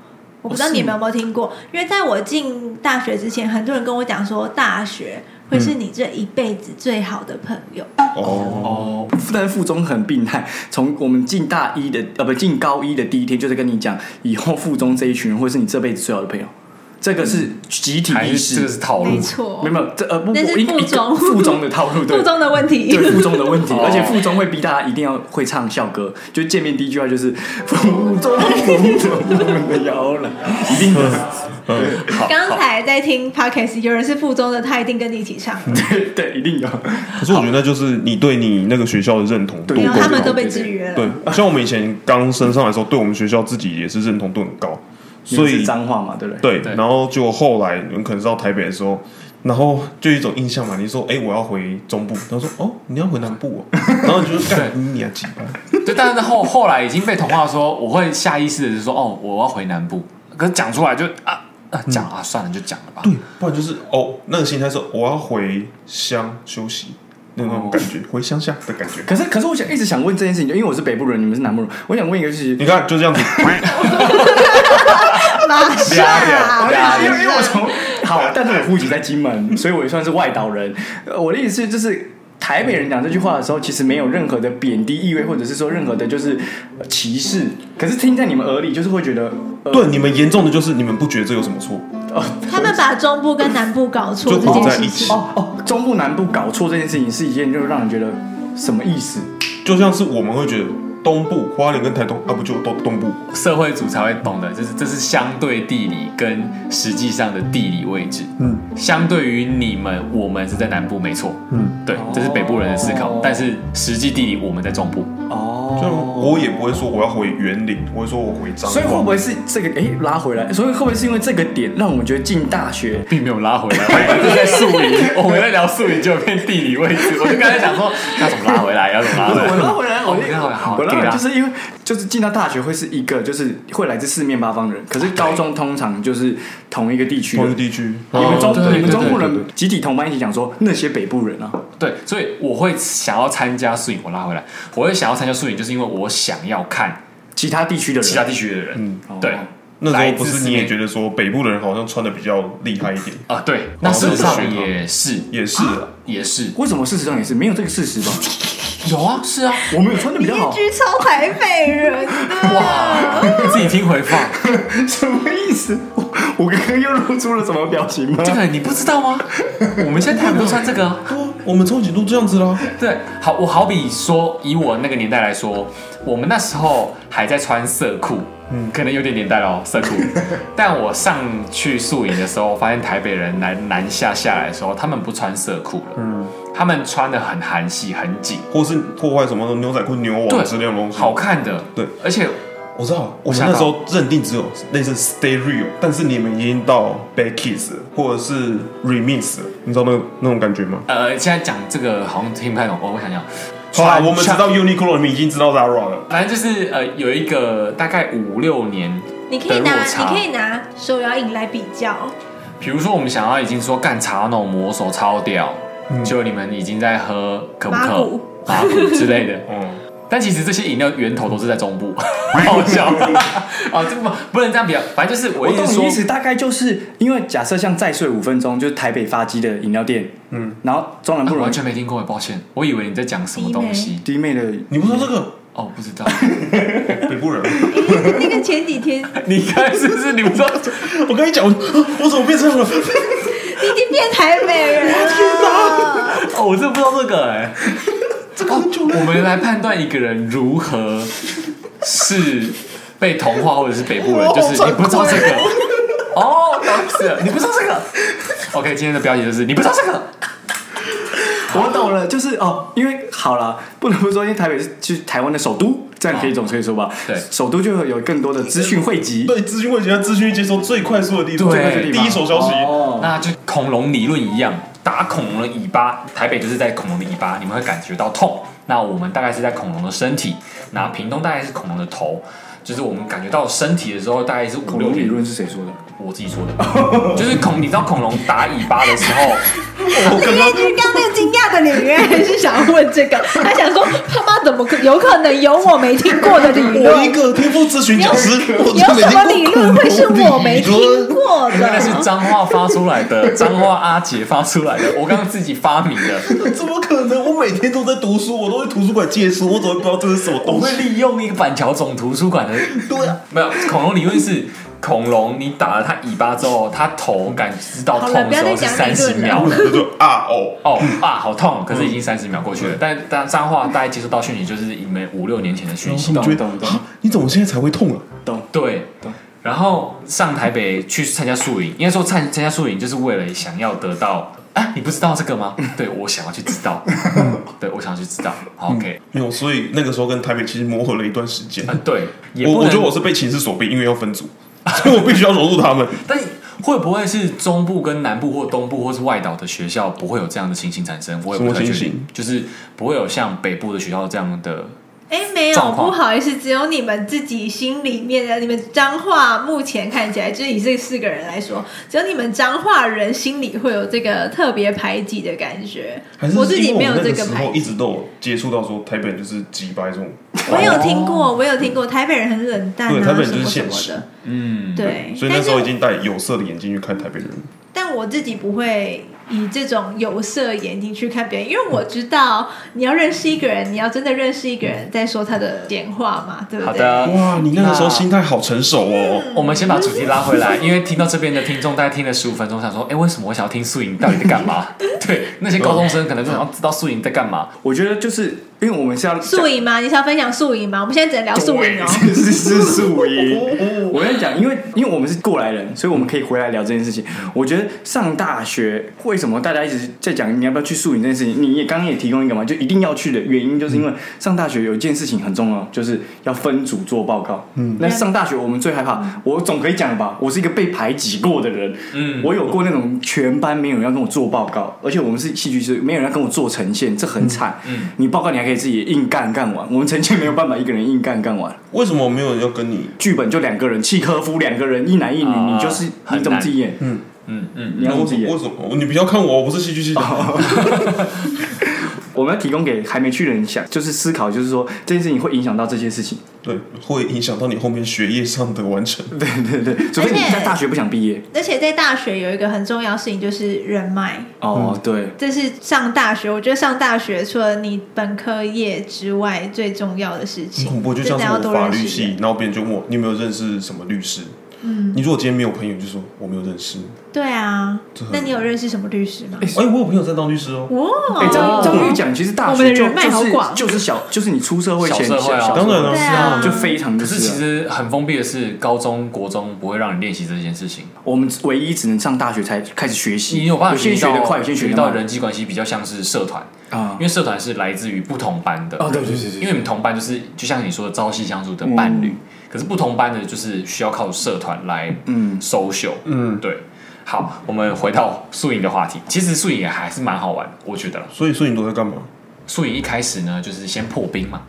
[SPEAKER 5] 我不知道你们有没有听过，因为在我进大学之前，很多人跟我讲说，大学会是你这一辈子最好的朋友。
[SPEAKER 2] 哦，
[SPEAKER 4] 哦，但是附中很病态，从我们进大一的呃不进高一的第一天，就是跟你讲，以后附中这一群人会是你这辈子最好的朋友，这个是集体
[SPEAKER 3] 还
[SPEAKER 4] 意
[SPEAKER 3] 是这个是
[SPEAKER 4] 识，
[SPEAKER 3] 套
[SPEAKER 5] 没
[SPEAKER 3] 路？
[SPEAKER 5] 错，
[SPEAKER 4] 没有没有这呃不不
[SPEAKER 5] 那是
[SPEAKER 4] 应该
[SPEAKER 5] 附中
[SPEAKER 4] 一个附中的套路对
[SPEAKER 5] 附。中的问题。
[SPEAKER 4] 对附中的问题，
[SPEAKER 3] 哦
[SPEAKER 4] 而且附中会逼大家一定要会唱校歌，就见面第一句话就是“附中附中我们的摇篮”，一定的。
[SPEAKER 5] 刚才在听 podcast，有人是附中的，他一定跟你一起唱。
[SPEAKER 4] 对对，一定有。
[SPEAKER 2] 可是我觉得那就是你对你那个学校的认同度
[SPEAKER 4] 对
[SPEAKER 5] 没
[SPEAKER 2] 够
[SPEAKER 5] 有，
[SPEAKER 2] 不
[SPEAKER 5] 他们
[SPEAKER 2] 够
[SPEAKER 5] 都。被制约了。
[SPEAKER 2] 对，啊像我们以前刚升上来的时候，对我们学校自己也是认同度很高，所
[SPEAKER 4] 你们
[SPEAKER 2] 以
[SPEAKER 4] 是脏话嘛，对不对？
[SPEAKER 2] 对，
[SPEAKER 3] 对
[SPEAKER 2] 然后就后来你们可能是到台北的时候，然后就有一种印象嘛，你说哎、我要回中部，他说哦你要回南部、哦，然后你就说干
[SPEAKER 3] 对
[SPEAKER 2] 你啊鸡巴，
[SPEAKER 3] 对，但是后后来已经被同化说，我会下意识的就说，哦，我要回南部。可是讲出来就啊啊
[SPEAKER 4] 嗯
[SPEAKER 3] 讲啊，算了，就讲了吧。
[SPEAKER 2] 对，不然就是哦那个心态是我要回乡休息那种感觉，回乡下的感觉。
[SPEAKER 4] 可是可是我想一直想问这件事情，因为我是北部人，你们是南部人，我想问一个事情
[SPEAKER 2] 你。看就这样子，
[SPEAKER 5] 马
[SPEAKER 4] 啊
[SPEAKER 5] 上，
[SPEAKER 4] 因为因为我从 好，但是我户籍在金 门，所以我也算是外岛人。呃我的意思是就是。台北人讲这句话的时候，其实没有任何的贬低意味，或者是说任何的就是呃歧视。可是听在你们耳里，就是会觉得，呃、
[SPEAKER 2] 对你们严重的就是你们不觉得这有什么错，
[SPEAKER 5] 他们把中部跟南部搞错
[SPEAKER 2] 就
[SPEAKER 5] 这
[SPEAKER 2] 混
[SPEAKER 5] 件
[SPEAKER 2] 在
[SPEAKER 5] 事
[SPEAKER 2] 一起
[SPEAKER 5] 情。
[SPEAKER 4] 哦哦，中部南部搞错这件事情是一件，就是让人觉得什么意思？
[SPEAKER 2] 就像是我们会觉得东部花莲跟台东啊不就东东部，
[SPEAKER 3] 社会组才会懂的，就是这是相对地理跟实际上的地理位置。
[SPEAKER 2] 嗯
[SPEAKER 3] 相对于你们，我们是在南部，没错，
[SPEAKER 2] 嗯，
[SPEAKER 3] 对，这是北部人的思考
[SPEAKER 4] 哦。
[SPEAKER 3] 但是实际地理，我们在中部。
[SPEAKER 4] 哦，
[SPEAKER 2] 就我也不会说我要回园林，我会说我回彰化，
[SPEAKER 4] 所以会不会是这个？哎、拉回来，所以会不会是因为这个点让我们觉得进大学
[SPEAKER 3] 并没有拉回来， 我们就在树林， 我们在聊树林就有变地理位置，我就刚才想说要怎么拉回来，要怎么拉
[SPEAKER 4] 不
[SPEAKER 3] 回
[SPEAKER 4] 是
[SPEAKER 3] 来，
[SPEAKER 4] 我拉回来，我
[SPEAKER 3] 哦你拉回来好
[SPEAKER 4] 我拉回
[SPEAKER 3] 可以
[SPEAKER 4] 来，
[SPEAKER 3] 啦
[SPEAKER 4] 就是因为就是进到大学会是一个，就是会来自四面八方的人，
[SPEAKER 3] 哦
[SPEAKER 4] 可是高中通常就是同一个地区的
[SPEAKER 2] 同一个
[SPEAKER 4] 人。
[SPEAKER 2] 地区，
[SPEAKER 4] 你们中
[SPEAKER 3] 哦对
[SPEAKER 4] 你们
[SPEAKER 3] 对
[SPEAKER 4] 中部
[SPEAKER 2] 对对
[SPEAKER 4] 人集体同班一起讲说那些北部人啊，
[SPEAKER 3] 对，所以我会想要参加摄影，我拉回来，我会想要参加摄影，就是因为我想要看
[SPEAKER 4] 其他地区的人，
[SPEAKER 3] 其他地区的人，
[SPEAKER 2] 嗯
[SPEAKER 4] 哦
[SPEAKER 3] 对，
[SPEAKER 2] 那时候
[SPEAKER 3] 来自
[SPEAKER 2] 不是
[SPEAKER 3] 四
[SPEAKER 2] 你也
[SPEAKER 3] 面
[SPEAKER 2] 觉得说北部的人好像穿的比较厉害一点，
[SPEAKER 3] 啊，对，
[SPEAKER 2] 哦
[SPEAKER 3] 那事实上也是
[SPEAKER 2] 也是啊，
[SPEAKER 3] 也是
[SPEAKER 4] 为什么事实上也是没有这个事实吧？
[SPEAKER 3] 有啊，是啊，
[SPEAKER 4] 我们有穿的比较
[SPEAKER 5] 一
[SPEAKER 4] 好，
[SPEAKER 5] 句超台北人啊的，
[SPEAKER 3] 哇， 自己听回放，
[SPEAKER 4] 什么意思？我我刚刚又露出了什么表情吗？
[SPEAKER 3] 这个你不知道吗？我们现在台北都穿这个、啊。
[SPEAKER 2] 我们超级都这样子啦，
[SPEAKER 3] 对，好，我好比说，以我那个年代来说，我们那时候还在穿色裤，嗯，可能有点年代了哦， 色裤。但我上去宿营的时候，发现台北人南南下下来的时候，他们不穿色裤了，嗯，他们穿的很韩系，很紧，
[SPEAKER 2] 或是破坏什么牛仔裤、牛
[SPEAKER 3] 对
[SPEAKER 2] 网之类的东西。
[SPEAKER 3] 好，看的，
[SPEAKER 2] 对，
[SPEAKER 3] 而且
[SPEAKER 2] 我知道，我们
[SPEAKER 3] 吓到
[SPEAKER 2] 那时候认定只有类似 Stay Real，但是你们已经到 Back Kiss 了或者是 Remix，了你知道那个那种感觉吗？
[SPEAKER 3] 呃，现在讲这个好像听不太懂，我我想想，
[SPEAKER 2] 好啦，
[SPEAKER 3] 穿
[SPEAKER 2] 我们知
[SPEAKER 3] 穿
[SPEAKER 2] 道 Uniqlo，你们已经知道 Zara 了。。
[SPEAKER 3] 反正就是呃，有一个大概五六年
[SPEAKER 5] 你可
[SPEAKER 3] 的
[SPEAKER 5] 以
[SPEAKER 3] 落
[SPEAKER 5] 拿，
[SPEAKER 3] 差，
[SPEAKER 5] 你可以拿手摇饮来比较。
[SPEAKER 3] 比如说，我们想要已经说干茶那种魔手超屌，
[SPEAKER 4] 嗯
[SPEAKER 3] 就你们已经在喝可不
[SPEAKER 5] 马
[SPEAKER 3] 可
[SPEAKER 5] 古、
[SPEAKER 3] 马古之类的
[SPEAKER 2] 嗯，
[SPEAKER 3] 但其实这些饮料源头都是在中部，好笑啊！这不不能这样比较，反正就是我
[SPEAKER 4] 我
[SPEAKER 3] 一
[SPEAKER 4] 懂
[SPEAKER 3] 直
[SPEAKER 4] 你意思，
[SPEAKER 3] 说，
[SPEAKER 4] 大概就是因为假设像再睡五分钟，就是台北发鸡的饮料店，嗯，然后中南部
[SPEAKER 3] 啊完
[SPEAKER 4] 人
[SPEAKER 3] 全没听过，欸抱歉，我以为你在讲什么东西
[SPEAKER 4] 弟妹的
[SPEAKER 2] 你不知道这个
[SPEAKER 3] 哦，不知道。
[SPEAKER 2] 北部人？
[SPEAKER 5] 那个前几天 你
[SPEAKER 3] 你看是不是你不知道？
[SPEAKER 2] 我跟你讲，我 我怎么变成了？
[SPEAKER 5] 已经变台北人了。
[SPEAKER 3] 哦，我真的不知道这个哎、哦我们来判断一个人如何是被同化或者是北部人，就是你不知道这个。哦，懂是了，你不知道这个。OK，今天的标题就是你不知道这个。
[SPEAKER 4] 我懂了，就是哦，因为好了，不能不说，因为台北是就是台湾的首都，这样可以总可以说吧？
[SPEAKER 3] 对
[SPEAKER 4] 首都就会有更多的资讯汇集。
[SPEAKER 2] 对，资讯会觉得资讯接收最快速的地方，最
[SPEAKER 3] 对
[SPEAKER 2] 快速的地方第一手消息。
[SPEAKER 4] 哦，
[SPEAKER 3] 那就恐龙理论一样，打恐龙的尾巴，台北就是在恐龙的尾巴，你们会感觉到痛。那我们大概是在恐龙的身体，那屏东大概是恐龙的头。就是我们感觉到身体的时候，大概是五
[SPEAKER 4] 恐
[SPEAKER 3] 六
[SPEAKER 4] 龙理
[SPEAKER 3] 天。
[SPEAKER 4] 论是谁说的？
[SPEAKER 3] 我自己说的， 就是恐，你知道恐龙打尾巴的时候，
[SPEAKER 2] 哦我刚刚
[SPEAKER 5] 刚刚那个惊讶的你，原来是想要问这个，他想说他妈怎么可有可能有我没听过的理
[SPEAKER 2] 我一
[SPEAKER 5] 论？
[SPEAKER 2] 个天赋咨询讲师，我
[SPEAKER 5] 有什么
[SPEAKER 2] 没
[SPEAKER 5] 理
[SPEAKER 2] 听过
[SPEAKER 5] 论会是我没
[SPEAKER 2] 恐龙理
[SPEAKER 5] 听
[SPEAKER 2] 论
[SPEAKER 5] 过
[SPEAKER 3] 因为那是
[SPEAKER 5] 的？
[SPEAKER 3] 脏话发出来的，脏话阿杰发出来的，我刚刚自己发明 的。
[SPEAKER 2] 怎么可能？我每天都在读书，我都会图书馆借书，我怎么会不知道这是什么
[SPEAKER 3] 我
[SPEAKER 2] 东
[SPEAKER 3] 会
[SPEAKER 2] 西？
[SPEAKER 3] 利用一个板桥总图 书馆的，
[SPEAKER 2] 对啊，
[SPEAKER 3] 没有恐龙理论是恐龙，你打了它尾巴之后，它头感知到
[SPEAKER 5] 好
[SPEAKER 3] 痛
[SPEAKER 5] 了
[SPEAKER 3] 的时候
[SPEAKER 5] 不
[SPEAKER 3] 是
[SPEAKER 5] 要再讲
[SPEAKER 3] 三十
[SPEAKER 5] 理论
[SPEAKER 3] 秒
[SPEAKER 5] 了，
[SPEAKER 2] 他就啊哦，
[SPEAKER 3] 哦啊，好痛！可是已经三十秒过去了，但但脏话大概接收到讯息就是你们五六年前的讯息
[SPEAKER 2] 你，觉得
[SPEAKER 4] 懂懂
[SPEAKER 2] 啊你怎么现在才会痛啊？
[SPEAKER 4] 懂
[SPEAKER 3] 对。然后上台北去参加宿营，应该说参参加宿营就是为了想要得到，啊，你不知道这个吗？
[SPEAKER 2] 嗯
[SPEAKER 3] 对我想要去知 道，对我想要去知道。好 OK，
[SPEAKER 2] 没有，所以那个时候跟台北其实磨合了一段时间
[SPEAKER 3] 啊。对，也
[SPEAKER 2] 我
[SPEAKER 3] 不
[SPEAKER 2] 我
[SPEAKER 3] 能
[SPEAKER 2] 觉得我是被情势所逼，因为要分组，所以我必须要融入他们。
[SPEAKER 3] 但会不会是中部跟南部或东部或是外岛的学校不会有这样的情形产生？我也不太确
[SPEAKER 2] 什么情
[SPEAKER 3] 定
[SPEAKER 2] 形，
[SPEAKER 3] 就是不会有像北部的学校这样的。
[SPEAKER 5] 哎，没有，
[SPEAKER 3] 状况
[SPEAKER 5] 不好意思，只有你们自己心里面的，你们彰化目前看起来，就是以这四个人来说，只有你们彰化人心里会有这个特别排挤的感觉
[SPEAKER 2] 还。是
[SPEAKER 5] 我自己
[SPEAKER 2] 因为
[SPEAKER 5] 没有
[SPEAKER 2] 那
[SPEAKER 5] 这
[SPEAKER 2] 时
[SPEAKER 5] 排
[SPEAKER 2] 候
[SPEAKER 5] 挤
[SPEAKER 2] 一。直都有接触到说台北人就是几百种，
[SPEAKER 5] 我有听过，我有听过，台北人很冷淡
[SPEAKER 2] 哦对
[SPEAKER 5] 啊，
[SPEAKER 2] 台北人
[SPEAKER 5] 什
[SPEAKER 2] 就是
[SPEAKER 5] 么什
[SPEAKER 2] 现
[SPEAKER 5] 么
[SPEAKER 2] 实
[SPEAKER 5] 的，
[SPEAKER 3] 嗯，
[SPEAKER 5] 对。
[SPEAKER 2] 所以那时候已经戴有色的眼镜去看台北人。
[SPEAKER 5] 但我自己不会以这种有色眼睛去看别人，因为我知道你要认识一个人，你要真的认识一个人，再说他的闲话嘛，对不
[SPEAKER 3] 好
[SPEAKER 5] 对？
[SPEAKER 3] 的，
[SPEAKER 2] 哇，你那个时候
[SPEAKER 3] 那
[SPEAKER 2] 心态好成熟
[SPEAKER 5] 嗯
[SPEAKER 2] 哦。
[SPEAKER 3] 嗯我们先把主题拉回来，因为听到这边的听众大概听了十五分钟，想说，哎、为什么我想要听素营到底在 干嘛？对，那些高中生可能
[SPEAKER 2] 嗯
[SPEAKER 3] 就想要哦知道素营在干嘛。
[SPEAKER 4] 我觉得就是因为我们是要
[SPEAKER 5] 宿营吗？你是要分享宿营吗？我们现在只能聊宿营哦。
[SPEAKER 4] 对是是宿营。
[SPEAKER 3] 嗯
[SPEAKER 4] 我跟你讲，因为因为我们是过来人，所以我们可以回来聊这件事情。我觉得上大学为什么大家一直在讲你要不要去宿营这件事情？你也刚刚也提供一个嘛，就一定要去的原因，就是因为上大学有一件事情很重要，就是要分组做报告。嗯，那上大学我们最害怕，我总可以讲吧，我是一个被排挤过的人。
[SPEAKER 3] 嗯
[SPEAKER 4] 我有过那种全班没有人要跟我做报告，而且我们是戏剧系，没有人要跟我做呈现，这很惨。
[SPEAKER 3] 嗯
[SPEAKER 4] 你报告你还可以自己硬干干完，我们呈现没有办法一个人硬干干完。
[SPEAKER 2] 为什么没有人要跟你？
[SPEAKER 4] 剧本就两个人，契科夫两个人，一男一女，
[SPEAKER 3] 啊
[SPEAKER 4] 你就是
[SPEAKER 3] 很
[SPEAKER 4] 你怎么自己演？
[SPEAKER 3] 嗯嗯，
[SPEAKER 4] 你要怎
[SPEAKER 2] 为什
[SPEAKER 4] 么自己
[SPEAKER 2] 么？
[SPEAKER 4] 演
[SPEAKER 2] 为？什么？你不要看我，我不是戏剧系的。
[SPEAKER 4] 我们要提供给还没去的人想，就是思考，就是说这件事情会影响到这些事情。
[SPEAKER 2] 对，会影响到你后面学业上的完成。
[SPEAKER 4] 对对对，除非你
[SPEAKER 5] 而且
[SPEAKER 4] 在大学不想毕业。
[SPEAKER 5] 而且在大学有一个很重要的事情就是人脉，
[SPEAKER 3] 嗯
[SPEAKER 4] 哦，对，
[SPEAKER 5] 这是上大学，我觉得上大学除了你本科业之外最重要的事
[SPEAKER 2] 很
[SPEAKER 5] 情。
[SPEAKER 2] 恐怖，就
[SPEAKER 5] 真
[SPEAKER 2] 像是
[SPEAKER 5] 的要
[SPEAKER 2] 我
[SPEAKER 5] 多
[SPEAKER 2] 法
[SPEAKER 5] 认
[SPEAKER 2] 律
[SPEAKER 5] 识
[SPEAKER 2] 系
[SPEAKER 5] 人。，
[SPEAKER 2] 然后别人就问我你有没有认识什么律师？嗯，你如果今天没有朋友，你就说我没有认识。
[SPEAKER 5] 对啊
[SPEAKER 2] 这，很
[SPEAKER 5] 那你有认识什么律师吗？
[SPEAKER 2] 哎，我有朋友在当律师哦。
[SPEAKER 5] 哇，
[SPEAKER 4] 哎，张张宇讲，其实大
[SPEAKER 5] 我们
[SPEAKER 4] 学
[SPEAKER 5] 的
[SPEAKER 4] 就
[SPEAKER 5] 人脉
[SPEAKER 4] 就
[SPEAKER 5] 好
[SPEAKER 4] 是
[SPEAKER 5] 广
[SPEAKER 4] 就是小，就是你出社会前
[SPEAKER 3] 小社会啊
[SPEAKER 2] 当然了，
[SPEAKER 5] 对
[SPEAKER 2] 是
[SPEAKER 5] 啊
[SPEAKER 4] 就非常
[SPEAKER 3] 可
[SPEAKER 4] 就是啊
[SPEAKER 3] 其实很封闭的是，高中、国中不会让你练习这件事情，
[SPEAKER 4] 我们唯一只能上大学才开始学习，
[SPEAKER 3] 你有办法
[SPEAKER 4] 些
[SPEAKER 3] 学
[SPEAKER 4] 学
[SPEAKER 3] 到
[SPEAKER 4] 得嗯快，有些学
[SPEAKER 3] 学
[SPEAKER 4] 得
[SPEAKER 3] 到
[SPEAKER 4] 慢
[SPEAKER 3] 人际关系比较像是社团，
[SPEAKER 4] 啊
[SPEAKER 3] 因为社团是来自于不同班的。
[SPEAKER 4] 啊，对对对对，
[SPEAKER 3] 因为你们同班就是就像你说的朝夕相处的伴侣，可是不同班的就是需要靠社团来
[SPEAKER 4] 嗯
[SPEAKER 3] social。
[SPEAKER 2] 嗯，
[SPEAKER 3] 对，好，我们回到宿营的话题。其实宿营也还是蛮好玩的，我觉得啦。
[SPEAKER 2] 所以所以你都在干嘛？
[SPEAKER 3] 宿营一开始呢，就是先破冰嘛。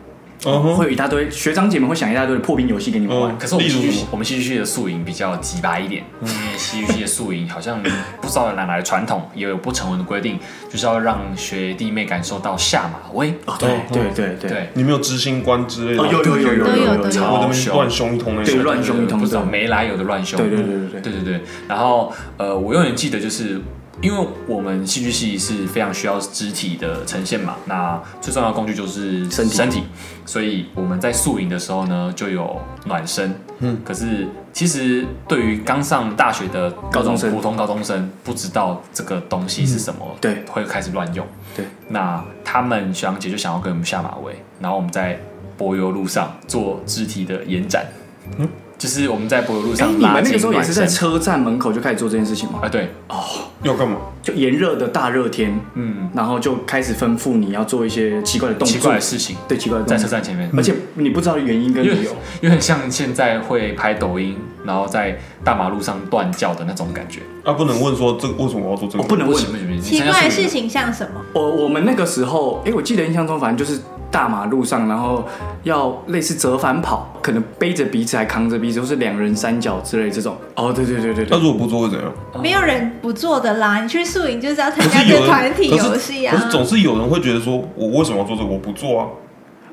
[SPEAKER 2] 嗯
[SPEAKER 4] 会
[SPEAKER 2] 哼，
[SPEAKER 4] 有一大堆学长姐们会想一大堆的破冰游戏给你们玩
[SPEAKER 2] 嗯。
[SPEAKER 3] 可是我们
[SPEAKER 2] 例如
[SPEAKER 3] 戏剧
[SPEAKER 2] 什
[SPEAKER 3] 系
[SPEAKER 2] 么
[SPEAKER 3] 我们戏剧系的宿营比较鸡巴一点，
[SPEAKER 4] 嗯
[SPEAKER 3] 因为戏剧系的宿营好像不知道哪来的传统，也有不成文的规定，就是要让学弟妹感受到下马威。
[SPEAKER 4] 哦，对对对对
[SPEAKER 3] 嗯对，
[SPEAKER 2] 你没有知心观之类的
[SPEAKER 4] 哦，
[SPEAKER 2] 吗？
[SPEAKER 4] 有有有有
[SPEAKER 5] 都有
[SPEAKER 4] 有
[SPEAKER 5] 都有
[SPEAKER 2] 我
[SPEAKER 3] 超
[SPEAKER 2] 在那
[SPEAKER 3] 凶
[SPEAKER 2] 边乱凶一通那
[SPEAKER 4] 对
[SPEAKER 2] 种。
[SPEAKER 4] 乱凶一通
[SPEAKER 3] 不知道
[SPEAKER 4] 这种
[SPEAKER 3] 没来由的乱凶。
[SPEAKER 4] 对对对对对
[SPEAKER 3] 对对对。然后呃，我永远记得就是。因为我们戏剧系是非常需要肢体的呈现嘛，那最重要的工具就是
[SPEAKER 4] 身体
[SPEAKER 3] 身体，所以我们在宿营的时候呢，就有暖身。嗯，可是其实对于刚上大学的
[SPEAKER 4] 高中生
[SPEAKER 3] 普通高中生不知道这个东西是什么，
[SPEAKER 4] 对
[SPEAKER 3] 会开始乱用。
[SPEAKER 4] 对，
[SPEAKER 3] 那他们学长姐就想要跟我们下马威，然后我们在柏油路上做肢体的延展，就是我们在柏油路
[SPEAKER 4] 哎，
[SPEAKER 3] 上
[SPEAKER 4] 嗯你
[SPEAKER 3] 拉
[SPEAKER 4] 们那
[SPEAKER 3] 筋
[SPEAKER 4] 个时候也是在
[SPEAKER 3] 暖身
[SPEAKER 4] 车站门口就开始做这件事情吗？
[SPEAKER 3] 啊，对，
[SPEAKER 2] 要干嘛？
[SPEAKER 4] 就炎热的大热天，
[SPEAKER 3] 嗯，
[SPEAKER 4] 然后就开始吩咐你要做一些奇怪的动
[SPEAKER 3] 奇怪
[SPEAKER 4] 作
[SPEAKER 3] 的，事情
[SPEAKER 4] 对奇怪的
[SPEAKER 3] 在
[SPEAKER 4] 动
[SPEAKER 3] 车
[SPEAKER 4] 作，嗯
[SPEAKER 3] 站前面，
[SPEAKER 4] 而且你不知道原因跟
[SPEAKER 3] 因为
[SPEAKER 4] 理由。
[SPEAKER 3] 因为很像现在会拍抖音，然后在大马路上乱叫的那种感觉。
[SPEAKER 2] 啊，不能问说这为什么我要做这
[SPEAKER 4] 我
[SPEAKER 2] 个？
[SPEAKER 4] 不能
[SPEAKER 3] 不
[SPEAKER 4] 问
[SPEAKER 3] 行不行不行，
[SPEAKER 5] 奇
[SPEAKER 3] 你参加
[SPEAKER 5] 怪的
[SPEAKER 3] 什么
[SPEAKER 5] 事情像什么？
[SPEAKER 4] 我，我们那个时候，哎，我记得印象中反正就是大马路上，然后要类似折返跑，可可能背着彼此还扛着彼此，或是两人三角之类这种。哦，对对对对
[SPEAKER 2] 那
[SPEAKER 4] 对，
[SPEAKER 2] 如果不做会怎样？
[SPEAKER 5] 没有人不做的啦。你去宿营就是要参
[SPEAKER 2] 可
[SPEAKER 5] 加
[SPEAKER 2] 是
[SPEAKER 5] 这
[SPEAKER 2] 有
[SPEAKER 5] 个
[SPEAKER 2] 人
[SPEAKER 5] 团体
[SPEAKER 2] 可是
[SPEAKER 5] 游戏啊
[SPEAKER 2] 可，是总是有人会觉得说，我为什么要做这个？我不做啊。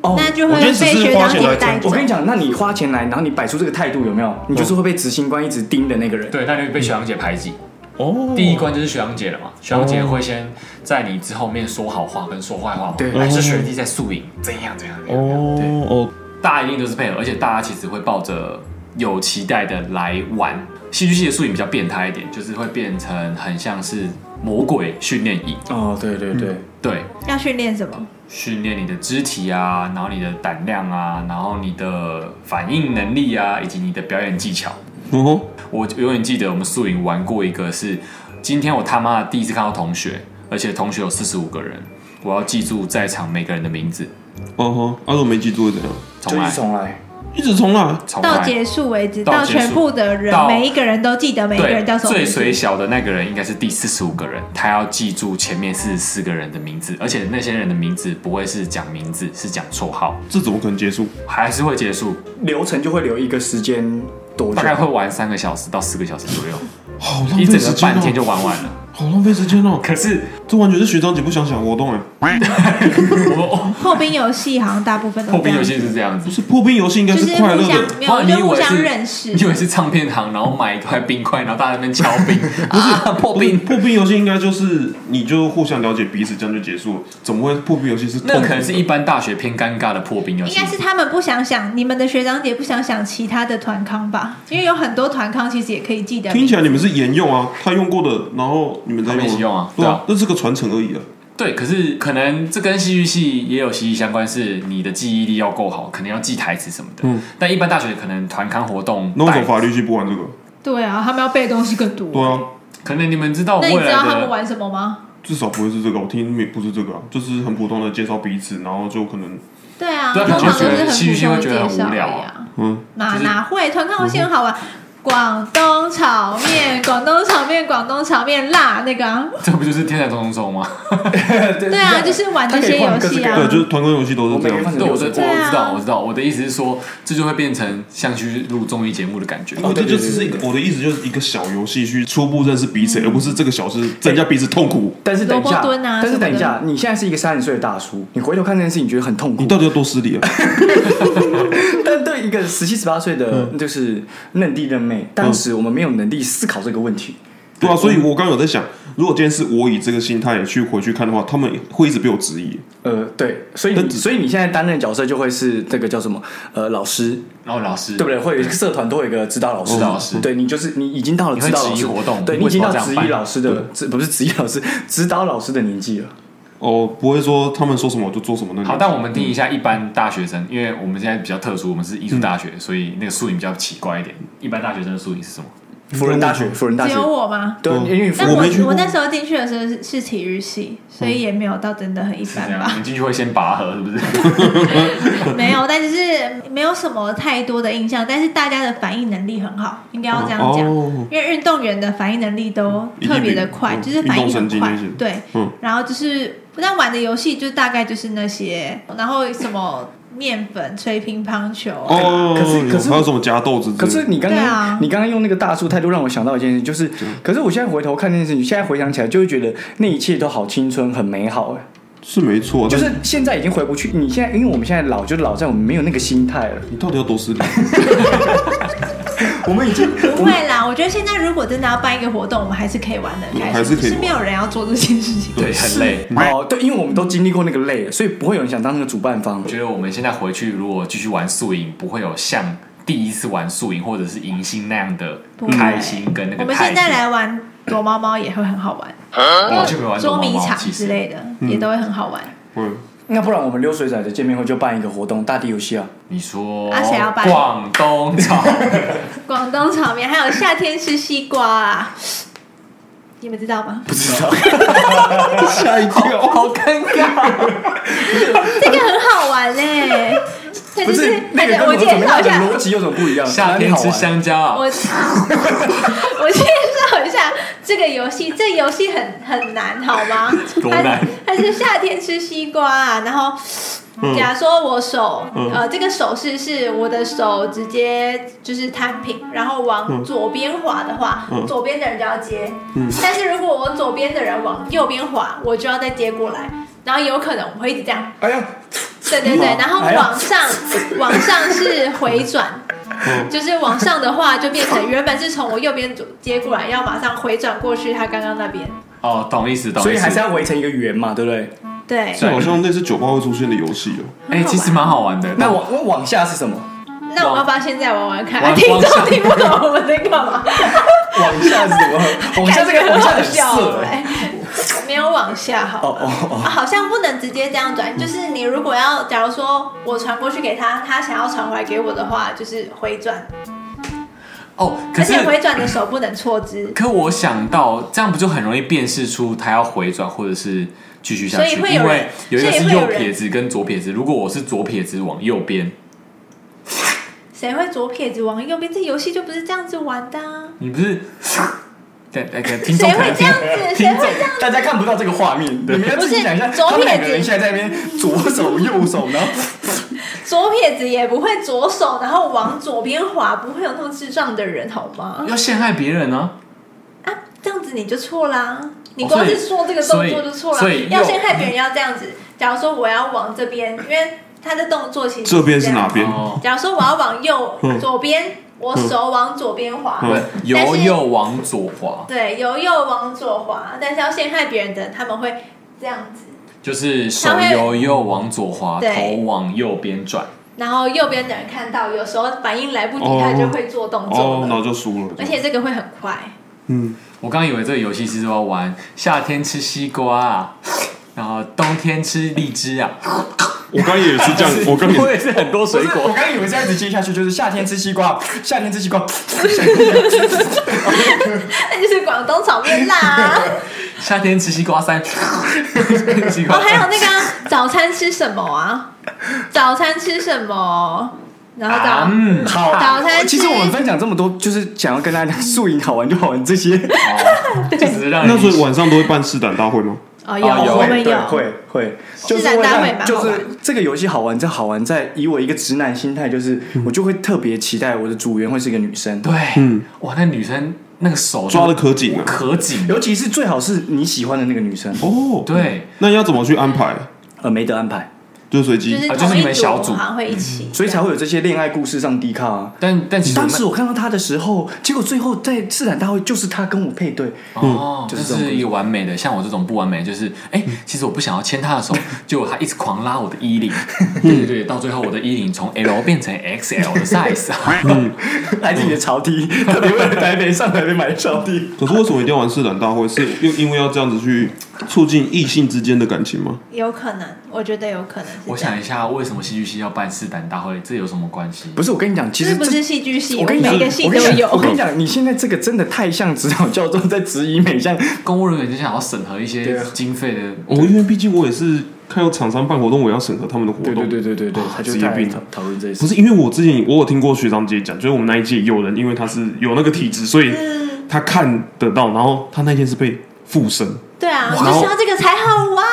[SPEAKER 4] 哦
[SPEAKER 5] 那就
[SPEAKER 2] 我
[SPEAKER 5] 会
[SPEAKER 2] 觉得只
[SPEAKER 5] 被
[SPEAKER 2] 是
[SPEAKER 5] 学
[SPEAKER 2] 花
[SPEAKER 5] 长
[SPEAKER 2] 钱
[SPEAKER 5] 姐
[SPEAKER 2] 来
[SPEAKER 5] 带
[SPEAKER 2] 参
[SPEAKER 5] 走
[SPEAKER 4] 我。跟你讲，那你花钱来，然后你摆出这个态度有没有？你就是会被执行官一直盯的那个人。
[SPEAKER 3] 对，那你会被学长姐排挤。
[SPEAKER 2] 哦，
[SPEAKER 3] 第一关就是学长姐了嘛，学长姐会先在你之后面说好话跟说坏话嘛，
[SPEAKER 4] 对
[SPEAKER 3] 还是学弟在宿营怎样怎样怎样，
[SPEAKER 2] 哦
[SPEAKER 3] 对，
[SPEAKER 2] 哦，
[SPEAKER 3] 大家一定都是配合，而且大家其实会抱着有期待的来玩。戏剧系的宿营比较变态一点，就是会变成很像是魔鬼训练营，
[SPEAKER 4] 哦，对对对，
[SPEAKER 3] 对，
[SPEAKER 5] 要训练什么？
[SPEAKER 3] 训练你的肢体啊，然后你的胆量啊，然后你的反应能力啊，以及你的表演技巧。
[SPEAKER 2] 哦，
[SPEAKER 3] 我永远记得我们宿营玩过一个是，今天我他妈的第一次看到同学，而且同学有四十五个人，我要记住在场每个人的名字，
[SPEAKER 2] 哦吼，啊，如果没记住会怎样？
[SPEAKER 3] 重
[SPEAKER 4] 就
[SPEAKER 3] 来
[SPEAKER 4] 是，重来。
[SPEAKER 2] 一直冲啊！
[SPEAKER 3] 重
[SPEAKER 5] 到
[SPEAKER 3] 来。
[SPEAKER 5] 结束为止，
[SPEAKER 3] 到
[SPEAKER 5] 到
[SPEAKER 3] 结束
[SPEAKER 5] 全部的人
[SPEAKER 3] 到，
[SPEAKER 5] 每一个人都记得每一个
[SPEAKER 3] 对
[SPEAKER 5] 人叫什，么
[SPEAKER 3] 最
[SPEAKER 5] 名字。
[SPEAKER 3] 水小的那个人应该是第四十五个人，他要记住前面四十四个人的名字，而且那些人的名字不会是讲名字，是讲绰号，
[SPEAKER 2] 这怎么可能结束？
[SPEAKER 3] 还是会结束，
[SPEAKER 4] 流程就会留一个时间多久
[SPEAKER 3] 大？概会玩三个小时到四个小时左右，
[SPEAKER 2] 好浪费
[SPEAKER 3] 一整
[SPEAKER 2] 时
[SPEAKER 3] 个
[SPEAKER 2] 间
[SPEAKER 3] 半天就
[SPEAKER 2] 哦！
[SPEAKER 3] 玩完了。
[SPEAKER 2] 好浪费时间哦！
[SPEAKER 3] 可是
[SPEAKER 2] 这完全是学长姐不想想活动哎，
[SPEAKER 3] 我
[SPEAKER 5] 破冰游戏好像大部分都
[SPEAKER 3] 破冰
[SPEAKER 5] 这样
[SPEAKER 3] 游戏是这样子
[SPEAKER 2] 不，是啊破冰游戏应该
[SPEAKER 5] 就是是
[SPEAKER 2] 快
[SPEAKER 5] 互
[SPEAKER 2] 乐
[SPEAKER 5] 相
[SPEAKER 2] 的，
[SPEAKER 5] 没有，
[SPEAKER 3] 哇你以
[SPEAKER 5] 就互
[SPEAKER 3] 为
[SPEAKER 5] 相
[SPEAKER 3] 是
[SPEAKER 5] 认识
[SPEAKER 3] 你。以为是唱片行，然后买一块冰块，然后大家在那边敲冰，不是、破
[SPEAKER 2] 不是
[SPEAKER 3] 冰。
[SPEAKER 2] 破冰游戏应该就是你就互相了解彼此，这样就结束了。怎么会破冰游戏是痛苦
[SPEAKER 3] 那
[SPEAKER 2] 的？
[SPEAKER 3] 可能是一般大学偏尴尬的破冰游
[SPEAKER 5] 应
[SPEAKER 3] 戏
[SPEAKER 5] 该，是他们不想想，你们的学长姐不想想其他的团康吧？因为有很多团康其实也可以记得名字。
[SPEAKER 2] 听起来你们是沿用啊，他用过的，然后你们再
[SPEAKER 3] 他们一起
[SPEAKER 2] 用
[SPEAKER 3] 用啊
[SPEAKER 2] 对
[SPEAKER 3] 对
[SPEAKER 2] 啊
[SPEAKER 3] 啊，
[SPEAKER 2] 那是个传承而已啊。
[SPEAKER 3] 对，可是可能这跟戏剧系也有息息相关，是你的记忆力要够好，可能要记台词什么的。
[SPEAKER 2] 嗯
[SPEAKER 3] 但一般大学可能团康活动，
[SPEAKER 2] 那为什么法律系不玩这个？
[SPEAKER 5] 对啊，他们要背的东西更多。
[SPEAKER 2] 对啊，
[SPEAKER 3] 可能你们知道
[SPEAKER 5] 那
[SPEAKER 3] 未
[SPEAKER 5] 你知
[SPEAKER 3] 来
[SPEAKER 5] 道他们
[SPEAKER 3] 的
[SPEAKER 5] 玩什么吗？
[SPEAKER 2] 至少不会是这个。我听没不是这个啊，就是很普通的介绍彼此，然后就可能
[SPEAKER 5] 对啊，
[SPEAKER 3] 对啊
[SPEAKER 5] 通常都是很普
[SPEAKER 3] 戏剧系
[SPEAKER 5] 通
[SPEAKER 3] 会
[SPEAKER 5] 的
[SPEAKER 3] 觉得
[SPEAKER 5] 介
[SPEAKER 3] 很
[SPEAKER 5] 绍
[SPEAKER 3] 无聊
[SPEAKER 5] 而已
[SPEAKER 3] 啊
[SPEAKER 5] 啊。
[SPEAKER 2] 嗯，
[SPEAKER 5] 哪
[SPEAKER 3] 就是嗯
[SPEAKER 5] 哪会团康游戏很好玩。广东炒面，广东炒面，广东炒面辣那个、啊，
[SPEAKER 3] 这不就是天才冲冲冲吗？
[SPEAKER 5] 对
[SPEAKER 4] 呃对
[SPEAKER 5] 啊，就是玩这些游戏啊
[SPEAKER 3] 嗯
[SPEAKER 2] 对，。就是团购游戏都是这
[SPEAKER 4] 我
[SPEAKER 2] 样
[SPEAKER 4] 们
[SPEAKER 2] 子
[SPEAKER 4] 也。
[SPEAKER 3] 对，我知我
[SPEAKER 5] 对啊
[SPEAKER 3] 知道我知道，我的意思是说，这就会变成像去录综艺节目的感觉。
[SPEAKER 2] 哦，这就只是一个我的意思，就是一个小游戏去初步认识彼
[SPEAKER 3] 嗯
[SPEAKER 2] 此，而不是这个小事增加彼此痛苦。
[SPEAKER 4] 但是等一
[SPEAKER 5] 萝
[SPEAKER 4] 下，
[SPEAKER 5] 卜蹲啊
[SPEAKER 4] 但是等一下，你现在是一个三十岁的大叔，你回头看这件事，你觉得很痛苦
[SPEAKER 2] 你。到底要多失礼啊？
[SPEAKER 4] 但对一个十七、十八岁的，
[SPEAKER 3] 嗯
[SPEAKER 4] 就是嫩弟嫩妹，当时我们没有能力思考这个问题。
[SPEAKER 2] 对啊，所以我刚刚有在想，如果今天是我以这个心态去回去看的话，他们会一直被我质疑。
[SPEAKER 4] 呃，对，所以
[SPEAKER 2] 但
[SPEAKER 4] 你所以你现在担任的角色就会是这个叫什么？呃，老师，
[SPEAKER 3] 然后老师
[SPEAKER 4] 对不对？会有一个社团都会有一个指导老师，
[SPEAKER 3] 指导老师
[SPEAKER 4] 对你就是你已经到了
[SPEAKER 3] 你会
[SPEAKER 4] 指导老
[SPEAKER 3] 质疑
[SPEAKER 4] 师
[SPEAKER 3] 活动
[SPEAKER 4] 对
[SPEAKER 3] 你
[SPEAKER 4] 你
[SPEAKER 3] 为
[SPEAKER 4] 已经
[SPEAKER 3] 什
[SPEAKER 4] 到
[SPEAKER 3] 么这
[SPEAKER 4] 质
[SPEAKER 3] 样
[SPEAKER 4] 疑
[SPEAKER 3] 办
[SPEAKER 4] 老师的，指不是质疑老师，指导老师的年纪了。
[SPEAKER 2] 哦，不会说他们说什么我就做什么那
[SPEAKER 3] 好，
[SPEAKER 2] 种。
[SPEAKER 3] 但我们听一下一般大学生，因为我们现在比较特殊，我们是艺术大学，所以那个宿营比较奇怪一点。一般大学生的宿营是什么？
[SPEAKER 4] 辅仁大学，辅仁大
[SPEAKER 5] 只
[SPEAKER 4] 学，
[SPEAKER 5] 有我吗？
[SPEAKER 4] 对，啊因为辅
[SPEAKER 5] 但
[SPEAKER 2] 我
[SPEAKER 5] 我
[SPEAKER 2] 没去过
[SPEAKER 5] 我那时候进去的时候是是体育系，所以也没有到真的很一
[SPEAKER 3] 是这
[SPEAKER 5] 般
[SPEAKER 3] 样，你
[SPEAKER 5] 吧，
[SPEAKER 3] 们进去会先拔河，是不是？
[SPEAKER 5] 没有，但就是没有什么太多的印象。但是大家的反应能力很好，应该要这样讲，
[SPEAKER 2] 哦，
[SPEAKER 5] 因为运动员的反应能力都特别的快，
[SPEAKER 2] 一定比
[SPEAKER 5] 就是反应很
[SPEAKER 2] 运动神经
[SPEAKER 5] 快
[SPEAKER 2] 那些，
[SPEAKER 5] 对，
[SPEAKER 2] 嗯
[SPEAKER 5] 然后就是但玩的游戏就大概就是那些，然后什么面粉、吹乒乓球，
[SPEAKER 2] 哦，
[SPEAKER 4] 可是可是
[SPEAKER 2] 还有什么加豆子之类的？
[SPEAKER 4] 可是你刚刚、
[SPEAKER 5] 对啊
[SPEAKER 4] 你刚刚用那个大叔态度让我想到一件事，就是，可是我现在回头看这件事情，现在回想起来就会觉得那一切都好青春，很美好哎、
[SPEAKER 2] 是没错，
[SPEAKER 4] 就
[SPEAKER 2] 但
[SPEAKER 4] 是现在已经回不去。你现在因为我们现在老，就老在我们没有那个心态了，
[SPEAKER 2] 你到底要多失礼？
[SPEAKER 4] 我们已经
[SPEAKER 5] 不会啦，我觉得现在如果真的要办一个活动，我们还是可以玩的很开心，
[SPEAKER 2] 嗯还是可
[SPEAKER 5] 只
[SPEAKER 2] 以
[SPEAKER 5] 是没有人要做这件事情。
[SPEAKER 3] 对，很累。
[SPEAKER 4] 哦，对，因为我们都经历过那个累了，所以不会有人想当那个主办方
[SPEAKER 3] 我。觉得我们现在回去，如果继续玩宿营，不会有像第一次玩宿营或者是迎新那样的
[SPEAKER 5] 不会
[SPEAKER 3] 开心跟那
[SPEAKER 5] 我
[SPEAKER 3] 个
[SPEAKER 5] 们
[SPEAKER 3] 态
[SPEAKER 5] 现
[SPEAKER 3] 度。
[SPEAKER 5] 在来玩躲猫猫也会很好玩，
[SPEAKER 3] 我就没玩躲
[SPEAKER 5] 捉
[SPEAKER 3] 猫
[SPEAKER 5] 迷
[SPEAKER 3] 猫，
[SPEAKER 5] 藏
[SPEAKER 3] 其
[SPEAKER 5] 之
[SPEAKER 3] 实
[SPEAKER 5] 类的也都会很好玩。
[SPEAKER 2] 嗯，
[SPEAKER 4] 那不然我们溜水仔的见面会就办一个活动，大地游戏啊，
[SPEAKER 3] 你说
[SPEAKER 5] 啊谁要办
[SPEAKER 3] 广东炒
[SPEAKER 5] 广东炒面还有夏天吃西瓜啊，你们知道吗？
[SPEAKER 4] 不知道，吓一跳， 好尴尬。
[SPEAKER 5] 哎这个很好玩哎、欸，它
[SPEAKER 4] 不
[SPEAKER 5] 就是
[SPEAKER 4] 那
[SPEAKER 5] 它
[SPEAKER 4] 个
[SPEAKER 5] 就我
[SPEAKER 4] 跟
[SPEAKER 5] 介
[SPEAKER 4] 怎么
[SPEAKER 5] 绍
[SPEAKER 4] 样
[SPEAKER 5] 一
[SPEAKER 4] 的
[SPEAKER 5] 下，
[SPEAKER 4] 逻辑有什么不一样？
[SPEAKER 3] 夏
[SPEAKER 4] 哪里
[SPEAKER 3] 天
[SPEAKER 4] 好
[SPEAKER 3] 吃
[SPEAKER 4] 玩
[SPEAKER 3] 香蕉啊，
[SPEAKER 5] 我我介绍一下这个游戏，这个游戏很很难，好吗？
[SPEAKER 3] 多难
[SPEAKER 5] 它是它是夏天吃西瓜啊，然后。
[SPEAKER 4] 嗯
[SPEAKER 5] 假如说我手，呃，这个手势是我的手直接就是摊平，然后
[SPEAKER 4] 嗯
[SPEAKER 5] 往左边滑的话，左边的人就要接。但是如果我左边的人往右边滑，我就要再接过来，然后有可能我会一直这样。
[SPEAKER 4] 哎呀，
[SPEAKER 5] 对对对，然后
[SPEAKER 4] 哎呀
[SPEAKER 5] 往上，往上是回转，就是往上的话就变成原本是从我右边左接过来，要马上回转过去他刚刚那边。
[SPEAKER 3] 哦，懂意思，懂意思。
[SPEAKER 4] 所以还是要围成一个圆嘛，对不对？
[SPEAKER 5] 对，
[SPEAKER 2] 这好像类似酒吧会出现的游戏哦。
[SPEAKER 3] 哎、其实
[SPEAKER 5] 很好玩
[SPEAKER 3] 蛮好玩的。
[SPEAKER 4] 那
[SPEAKER 3] 我
[SPEAKER 4] 往往下是什么？
[SPEAKER 5] 那我要不要现在玩玩看？
[SPEAKER 3] 往
[SPEAKER 5] 听
[SPEAKER 3] 往
[SPEAKER 5] 众
[SPEAKER 3] 上
[SPEAKER 5] 听不懂我们在干嘛？
[SPEAKER 4] 往下是什么？往下这
[SPEAKER 5] 感觉
[SPEAKER 4] 个
[SPEAKER 5] 很
[SPEAKER 4] 往下
[SPEAKER 5] 好
[SPEAKER 4] 很
[SPEAKER 5] 笑
[SPEAKER 4] 色
[SPEAKER 5] 哎、没有往下好了
[SPEAKER 4] 哦哦哦
[SPEAKER 5] 啊好像不能直接这样转，就是你如果要，假如说我传过去给他，他想要传回来给我的话，就是回转，
[SPEAKER 3] 哦，可
[SPEAKER 5] 而
[SPEAKER 3] 是
[SPEAKER 5] 且回转的手不能错支，
[SPEAKER 3] 可我想到这样不就很容易辨识出他要回转或者是继续下去？
[SPEAKER 5] 所以会有人
[SPEAKER 3] 因为有一个
[SPEAKER 5] 所以
[SPEAKER 3] 是
[SPEAKER 5] 会有
[SPEAKER 3] 右
[SPEAKER 5] 人
[SPEAKER 3] 撇子跟左撇子，如果我是左撇子往右边，
[SPEAKER 5] 谁会左撇子往右边？这游戏就不是这样子玩的、啊，
[SPEAKER 3] 你不是？ 对，那个听众
[SPEAKER 5] 谁
[SPEAKER 3] 可
[SPEAKER 5] 会
[SPEAKER 3] 能
[SPEAKER 5] 这样子？ 谁
[SPEAKER 3] 听
[SPEAKER 5] 会这样？
[SPEAKER 4] 大家看不到这个画面，你们要自己想一下，
[SPEAKER 5] 不是左
[SPEAKER 4] 他们两
[SPEAKER 5] 撇
[SPEAKER 4] 个
[SPEAKER 5] 子
[SPEAKER 4] 人现在在那边左手右手，然后
[SPEAKER 5] 左撇子也不会左手，然后往左边滑，不会有那种智障的人好吗？
[SPEAKER 3] 要陷害别人呢、
[SPEAKER 5] 啊，这样子你就错啦！你
[SPEAKER 3] 哦
[SPEAKER 5] 光
[SPEAKER 3] 所以
[SPEAKER 5] 是做这个动作就错啦
[SPEAKER 3] 哦所以所以。
[SPEAKER 5] 要
[SPEAKER 3] 右
[SPEAKER 5] 陷害别人要这样子。假如说我要往这边，因为他的动作其实
[SPEAKER 2] 这边
[SPEAKER 5] 这
[SPEAKER 2] 是
[SPEAKER 5] 样
[SPEAKER 2] 哪边？
[SPEAKER 3] 哦，
[SPEAKER 5] 假如说我要往右
[SPEAKER 2] 嗯
[SPEAKER 5] 左边，我手往左边滑，
[SPEAKER 2] 嗯
[SPEAKER 3] 由右往左滑，
[SPEAKER 5] 对，由右往左滑，但是要陷害别人的人，他们会这样子，
[SPEAKER 3] 就是手由右往左滑，
[SPEAKER 5] 对
[SPEAKER 3] 头往右边转。
[SPEAKER 5] 然后右边的人看到，有时候反应来不及，
[SPEAKER 2] 哦
[SPEAKER 5] 他就会做动
[SPEAKER 2] 哦，
[SPEAKER 5] 作
[SPEAKER 2] 然后
[SPEAKER 5] 了，
[SPEAKER 2] 就输了。
[SPEAKER 5] 而且这个会很快。
[SPEAKER 2] 嗯，
[SPEAKER 3] 我刚以为这个游戏是要玩夏天吃西瓜啊， 然后冬天吃荔枝啊，
[SPEAKER 2] 我刚也是这样， 我刚也
[SPEAKER 3] 我也是很多水
[SPEAKER 4] 不是我
[SPEAKER 3] 果。
[SPEAKER 4] 刚以为这样子接下去就是夏天吃西瓜，夏天吃 西瓜，
[SPEAKER 5] 那就是广东炒面辣、 啊。
[SPEAKER 3] 夏天吃西瓜三， 西
[SPEAKER 5] 哦
[SPEAKER 3] 瓜，
[SPEAKER 5] 还
[SPEAKER 3] 三
[SPEAKER 5] 有那个啊早餐吃什么啊？早餐吃什么？然后
[SPEAKER 3] 啊
[SPEAKER 5] 早、
[SPEAKER 3] 嗯，
[SPEAKER 4] 好
[SPEAKER 5] 早餐吃
[SPEAKER 4] 哦其实我们分享这么多，就是想要跟大家讲宿营好玩就好玩这些。
[SPEAKER 3] 好，就只是让
[SPEAKER 2] 那
[SPEAKER 3] 人
[SPEAKER 2] 所以晚上都会办试胆大会吗？
[SPEAKER 5] 哦有
[SPEAKER 3] 哦有
[SPEAKER 5] 我们
[SPEAKER 4] 对
[SPEAKER 5] 有
[SPEAKER 4] 会会，就是
[SPEAKER 5] 是
[SPEAKER 4] 会
[SPEAKER 5] 的大会蛮
[SPEAKER 4] 让
[SPEAKER 5] 好
[SPEAKER 4] 就是
[SPEAKER 5] 玩
[SPEAKER 4] 这个游戏好玩在好玩在以我一个直男心态，就是我就会特别期待我的组员会是一个女生。
[SPEAKER 3] 对，
[SPEAKER 2] 嗯
[SPEAKER 3] 哇，那女生那个手
[SPEAKER 2] 抓的可紧啊！
[SPEAKER 3] 可紧，
[SPEAKER 4] 尤其是最好是你喜欢的那个女生，
[SPEAKER 2] 哦，，
[SPEAKER 3] 对，
[SPEAKER 2] 那要怎么去安排？
[SPEAKER 4] 呃，没得安排，
[SPEAKER 2] 就是随
[SPEAKER 5] 就
[SPEAKER 2] 机
[SPEAKER 5] 是
[SPEAKER 3] 啊就是
[SPEAKER 5] 同
[SPEAKER 3] 你
[SPEAKER 5] 一
[SPEAKER 3] 们
[SPEAKER 5] 组
[SPEAKER 3] 小组
[SPEAKER 5] 好像会一起，
[SPEAKER 4] 嗯所以才会有这些恋爱故事上低卡啊。
[SPEAKER 3] 但但其实我
[SPEAKER 4] 当
[SPEAKER 3] 那
[SPEAKER 4] 时我看到她的时候，结果最后在试胆大会就是她跟我配对，
[SPEAKER 3] 哦，
[SPEAKER 4] 就
[SPEAKER 3] 就是
[SPEAKER 4] 这种
[SPEAKER 3] 是一个完美的，像我这种不完美，就是哎、其实我不想要牵他的 手，结果他一直狂拉我的衣 领，对对对，到最后我的衣领从 L 变成 XL 的 size， 嗯
[SPEAKER 4] 来自你的朝 梯，特别为了台北上台北买的朝梯。
[SPEAKER 2] 可是为什么一定要玩试胆大会？是又因为要这样子去促进异性之间的感情吗？
[SPEAKER 5] 有可能，我觉得有可能是这样。
[SPEAKER 3] 我想一下，为什么戏剧系要办试胆大会？这有什么关系？
[SPEAKER 4] 不是，我跟你讲，其
[SPEAKER 5] 这
[SPEAKER 4] 实
[SPEAKER 5] 不
[SPEAKER 4] 这
[SPEAKER 5] 是戏剧系，
[SPEAKER 4] 我跟你讲，
[SPEAKER 5] 每个系都
[SPEAKER 4] 我跟你
[SPEAKER 5] 有
[SPEAKER 4] 讲我。跟你讲，你现在这个真的太像指导教授在质疑每项。
[SPEAKER 3] 公务人员就想要审核一些
[SPEAKER 4] 对啊
[SPEAKER 3] 经费的，
[SPEAKER 2] 哦，因为毕竟我也是看到厂商办活动，我要审核他们的活动。
[SPEAKER 4] 对对对
[SPEAKER 2] 啊
[SPEAKER 4] 他就
[SPEAKER 2] 职业
[SPEAKER 4] 在
[SPEAKER 2] 病
[SPEAKER 4] 讨讨论这一
[SPEAKER 2] 不
[SPEAKER 4] 事。
[SPEAKER 2] 是因为我之前我有听过学长姐讲，就是我们那一届有人因为他是有那个体质，所以
[SPEAKER 5] 嗯
[SPEAKER 2] 他看得到，然后他那天是被附身，
[SPEAKER 5] 对啊，
[SPEAKER 2] 然
[SPEAKER 5] 我
[SPEAKER 2] 后
[SPEAKER 5] 就需要这个才好玩。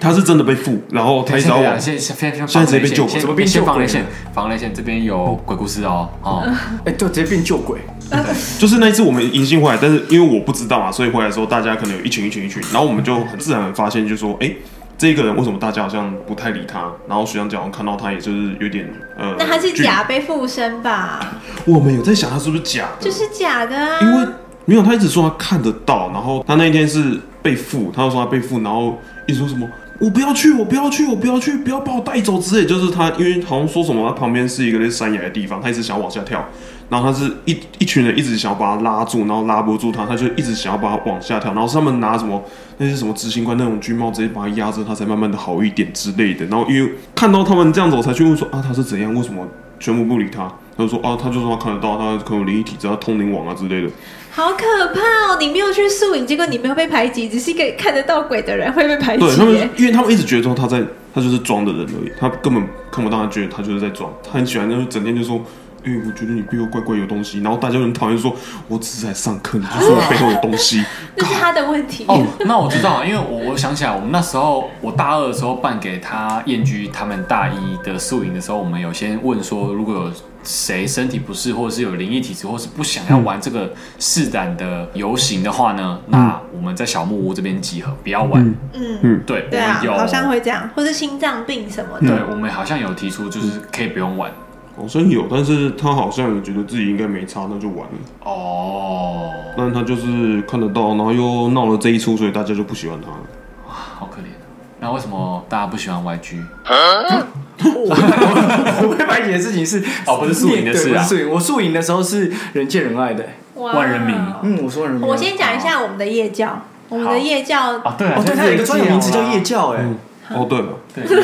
[SPEAKER 2] 他是真的被附，然后他一直要往
[SPEAKER 3] 先先先先
[SPEAKER 2] 现在直接被救
[SPEAKER 3] 先
[SPEAKER 2] 了
[SPEAKER 3] 先
[SPEAKER 4] 怎么变
[SPEAKER 3] 先
[SPEAKER 4] 救
[SPEAKER 3] 防
[SPEAKER 4] 鬼
[SPEAKER 3] 雷
[SPEAKER 4] 了
[SPEAKER 3] 线？防雷线这边有鬼故事哦，
[SPEAKER 5] 嗯
[SPEAKER 3] 哦，
[SPEAKER 4] 哎，就直接变救鬼。
[SPEAKER 2] 就是那一次我们迎新回来，但是因为我不知道嘛，所以回来的时候大家可能有一群一群一群，然后我们就很自然地发现，就说，哎、这个人为什么大家好像不太理他？然后学长姐好像看到他，也就是有点呃，
[SPEAKER 5] 那他是
[SPEAKER 2] 距离
[SPEAKER 5] 假。被附身吧？
[SPEAKER 2] 我们有在想他是不是假的，
[SPEAKER 5] 就是假的啊。
[SPEAKER 2] 因为没有他一直说他看得到，然后他那一天是被附，他就说他被附，然后一直说什么我不要去，我不要去，我不要去，不要把我带走之类，就是他因为好像说什么他旁边是一个类似山崖的地方，他一直想要往下跳，然后他是一一群人一直想要把他拉住，然后拉不住他，他就一直想要把他往下跳，然后是他们拿什么那些什么执行官那种军帽直接把他压着，他才慢慢的好一点之类的，然后因为看到他们这样子，我才去问说啊他是怎样，为什么全部不理他。他就说啊，他就说他看得到，他可能有灵异体质，他通灵网啊之类的。
[SPEAKER 5] 好可怕哦！你没有去宿营，结果你没有被排挤，只是一个看得到鬼的人会被排挤
[SPEAKER 2] 对他们
[SPEAKER 5] 耶。，
[SPEAKER 2] 因为他们一直觉得说他在，他就是装的人而已，他根本看不到，他觉得他就是在装。他很喜欢，就是整天就说哎、我觉得你背后怪怪有东西，然后大家就很讨厌说，我只是来上课，你就说我背后有东西，
[SPEAKER 5] 那是他的问题。
[SPEAKER 3] 哦，那我知道了，因为我我想起来，我们那时候我大二的时候办给他燕居他们大一的宿营的时候，我们有先问说，如果有谁身体不适，或者是有灵异体质，或是不想
[SPEAKER 4] 嗯
[SPEAKER 3] 要玩这个试胆的游行的话呢，
[SPEAKER 4] 嗯
[SPEAKER 3] 那我们在小木屋这边集合，不要玩。
[SPEAKER 5] 嗯，
[SPEAKER 3] 对，
[SPEAKER 5] 对啊
[SPEAKER 3] 我们，有，
[SPEAKER 5] 好像会这样，或是心脏病什
[SPEAKER 4] 嗯
[SPEAKER 5] 么
[SPEAKER 3] 对
[SPEAKER 5] 的。
[SPEAKER 3] 我们好像有提出，就是可以不用玩。
[SPEAKER 2] 好像有，但是他好像也觉得自己应该没差，那就完了。
[SPEAKER 3] 哦，
[SPEAKER 2] 但他就是看得到，然后又闹了这一出，所以大家就不喜欢他了。
[SPEAKER 3] 好可怜。啊那为什么大家不喜欢 YG？
[SPEAKER 4] 我被排挤的事情是
[SPEAKER 3] 哦不是宿营的事啊
[SPEAKER 4] 对不是宿营我宿营的时候是人见人爱的。
[SPEAKER 5] 哇
[SPEAKER 3] 万人迷
[SPEAKER 4] 嗯，我说人民。
[SPEAKER 5] 我先讲一下我们的夜教，我们的夜教
[SPEAKER 3] 啊，对啊，
[SPEAKER 4] 哦，对，它有一个专有名词叫夜
[SPEAKER 3] 间。
[SPEAKER 4] 教，哎，
[SPEAKER 2] 哦，对了，
[SPEAKER 3] 对对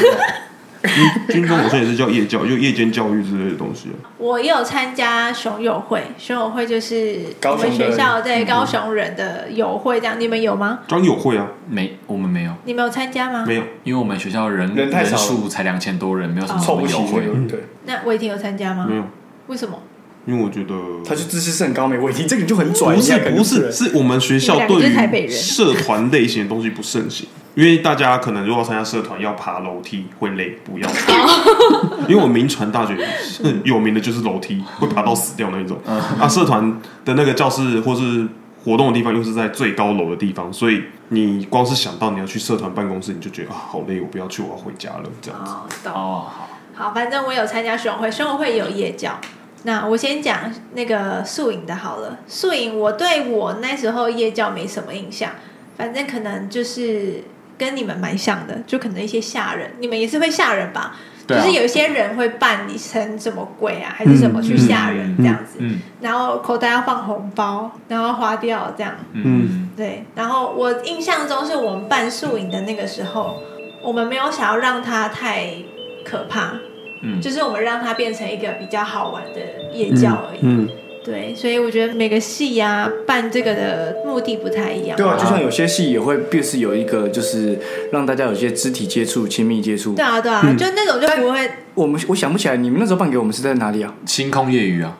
[SPEAKER 3] 对
[SPEAKER 2] 军中好像也是叫夜教，就夜间教育之类的东西。啊
[SPEAKER 5] 我也有参加熊友会，熊友会就是
[SPEAKER 4] 高
[SPEAKER 5] 我
[SPEAKER 4] 雄
[SPEAKER 5] 们
[SPEAKER 4] 的
[SPEAKER 5] 学校对高雄人的友会这样，你们有吗？
[SPEAKER 2] 张友会啊，
[SPEAKER 3] 没，我们没有。
[SPEAKER 5] 你们有参加吗？
[SPEAKER 2] 没有，
[SPEAKER 3] 因为我们学校人
[SPEAKER 4] 人太少了
[SPEAKER 3] 数才两千多人，没有什么
[SPEAKER 4] 凑不
[SPEAKER 3] 友
[SPEAKER 4] 齐
[SPEAKER 3] 会。
[SPEAKER 4] 对，
[SPEAKER 5] 那魏婷有参加吗？
[SPEAKER 2] 没有，
[SPEAKER 5] 为什么？
[SPEAKER 2] 因为我觉得
[SPEAKER 4] 他就自视甚高没问题，这个你就很拽，
[SPEAKER 2] 不
[SPEAKER 4] 你
[SPEAKER 2] 是
[SPEAKER 4] 看感觉
[SPEAKER 2] 不是，是我们学校
[SPEAKER 5] 你们两个
[SPEAKER 2] 对
[SPEAKER 5] 就是台北
[SPEAKER 2] 于
[SPEAKER 5] 人
[SPEAKER 2] 社团类型的东西不盛行，因为大家可能如果要参加社团要爬楼梯会累，不要。
[SPEAKER 5] 哦
[SPEAKER 2] 因为我民传大学很有名的就是楼梯，会爬到死掉那一种。啊，社团的那个教室或是活动的地方又是在最高楼的地方，所以你光是想到你要去社团办公室，你就觉得啊好累，我不要去，我要回家了这样子。
[SPEAKER 5] 哦，懂。
[SPEAKER 3] 哦，好，
[SPEAKER 5] 好，反正我有参加选会，选会有夜教。那我先讲那个宿营的好了。宿营我对我那时候夜教没什么印象，反正可能就是跟你们蛮像的，就可能一些吓
[SPEAKER 3] 啊
[SPEAKER 5] 人，你们也是会吓人吧？
[SPEAKER 3] 对啊
[SPEAKER 5] 就是有一些人会扮你成什么鬼啊，还是什么去吓人这样子，
[SPEAKER 3] 嗯
[SPEAKER 5] 然后口袋要放红包，然后花掉这样。
[SPEAKER 3] 嗯，
[SPEAKER 5] 对，然后我印象中是我们办宿营的那个时候，我们没有想要让它太可怕，
[SPEAKER 3] 嗯
[SPEAKER 5] 就是我们让它变成一个比较好玩的夜 教而已。
[SPEAKER 2] 嗯，
[SPEAKER 5] 对，所以我觉得每个系呀、办这个的目的不太一样。
[SPEAKER 4] 对啊，就像有些戏也会，必是有一个就是让大家有一些肢体接触、亲密接触
[SPEAKER 5] 对。啊，对啊，
[SPEAKER 4] 嗯
[SPEAKER 5] 就那种就不会
[SPEAKER 4] 我们我想不起来，你们那时候办给我们是在哪里啊？
[SPEAKER 3] 星空夜雨啊，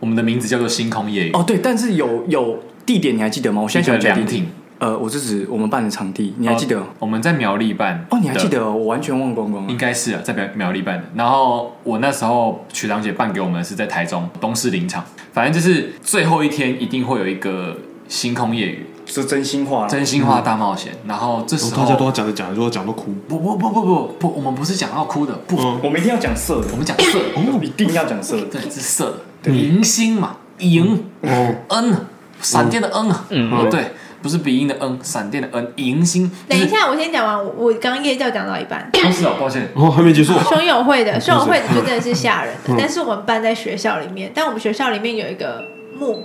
[SPEAKER 3] 我们的名字叫做星空夜雨。
[SPEAKER 4] 哦，对，但是有有地点你还记得吗？我现在想起来
[SPEAKER 3] 凉
[SPEAKER 4] 地点
[SPEAKER 3] 亭，
[SPEAKER 4] 呃，我是指我们办的场地，你还记得哦？
[SPEAKER 3] 哦我们在苗栗办？
[SPEAKER 4] 哦，你还记？得哦？我完全忘光光
[SPEAKER 3] 应
[SPEAKER 4] 了。
[SPEAKER 3] 该是啊，在苗苗栗办的。然后我那时候曲长姐办给我们的是在台中东势林场，反正就是最后一天一定会有一个星空夜雨，
[SPEAKER 4] 是真心话啦，
[SPEAKER 3] 真心
[SPEAKER 4] 嗯
[SPEAKER 3] 话大冒险。然后这
[SPEAKER 2] 然
[SPEAKER 3] 时
[SPEAKER 4] 哦
[SPEAKER 2] 后大家都
[SPEAKER 3] 候
[SPEAKER 2] 要讲着讲着，就讲到哭。
[SPEAKER 3] 不不不不不不，我们不是讲到哭的，不，
[SPEAKER 2] 嗯
[SPEAKER 4] 我们一定要讲色的
[SPEAKER 3] 我，们讲色，
[SPEAKER 4] 一定要讲色的。
[SPEAKER 3] 对，是色的，迎新嘛，迎
[SPEAKER 2] 哦，
[SPEAKER 3] N，闪电的 N 啊，
[SPEAKER 6] 嗯
[SPEAKER 3] 对，不是鼻音的 N，闪电的 N，迎新。
[SPEAKER 5] 等一，下，我先讲完。我我刚夜教讲到一半，
[SPEAKER 3] 不是哦，抱歉，
[SPEAKER 2] 哦，还没结束。
[SPEAKER 4] 嗯
[SPEAKER 5] 熊友会的熊友会的就真的是吓人的，但是我们办在学校里面，但我们学校里面有一个墓，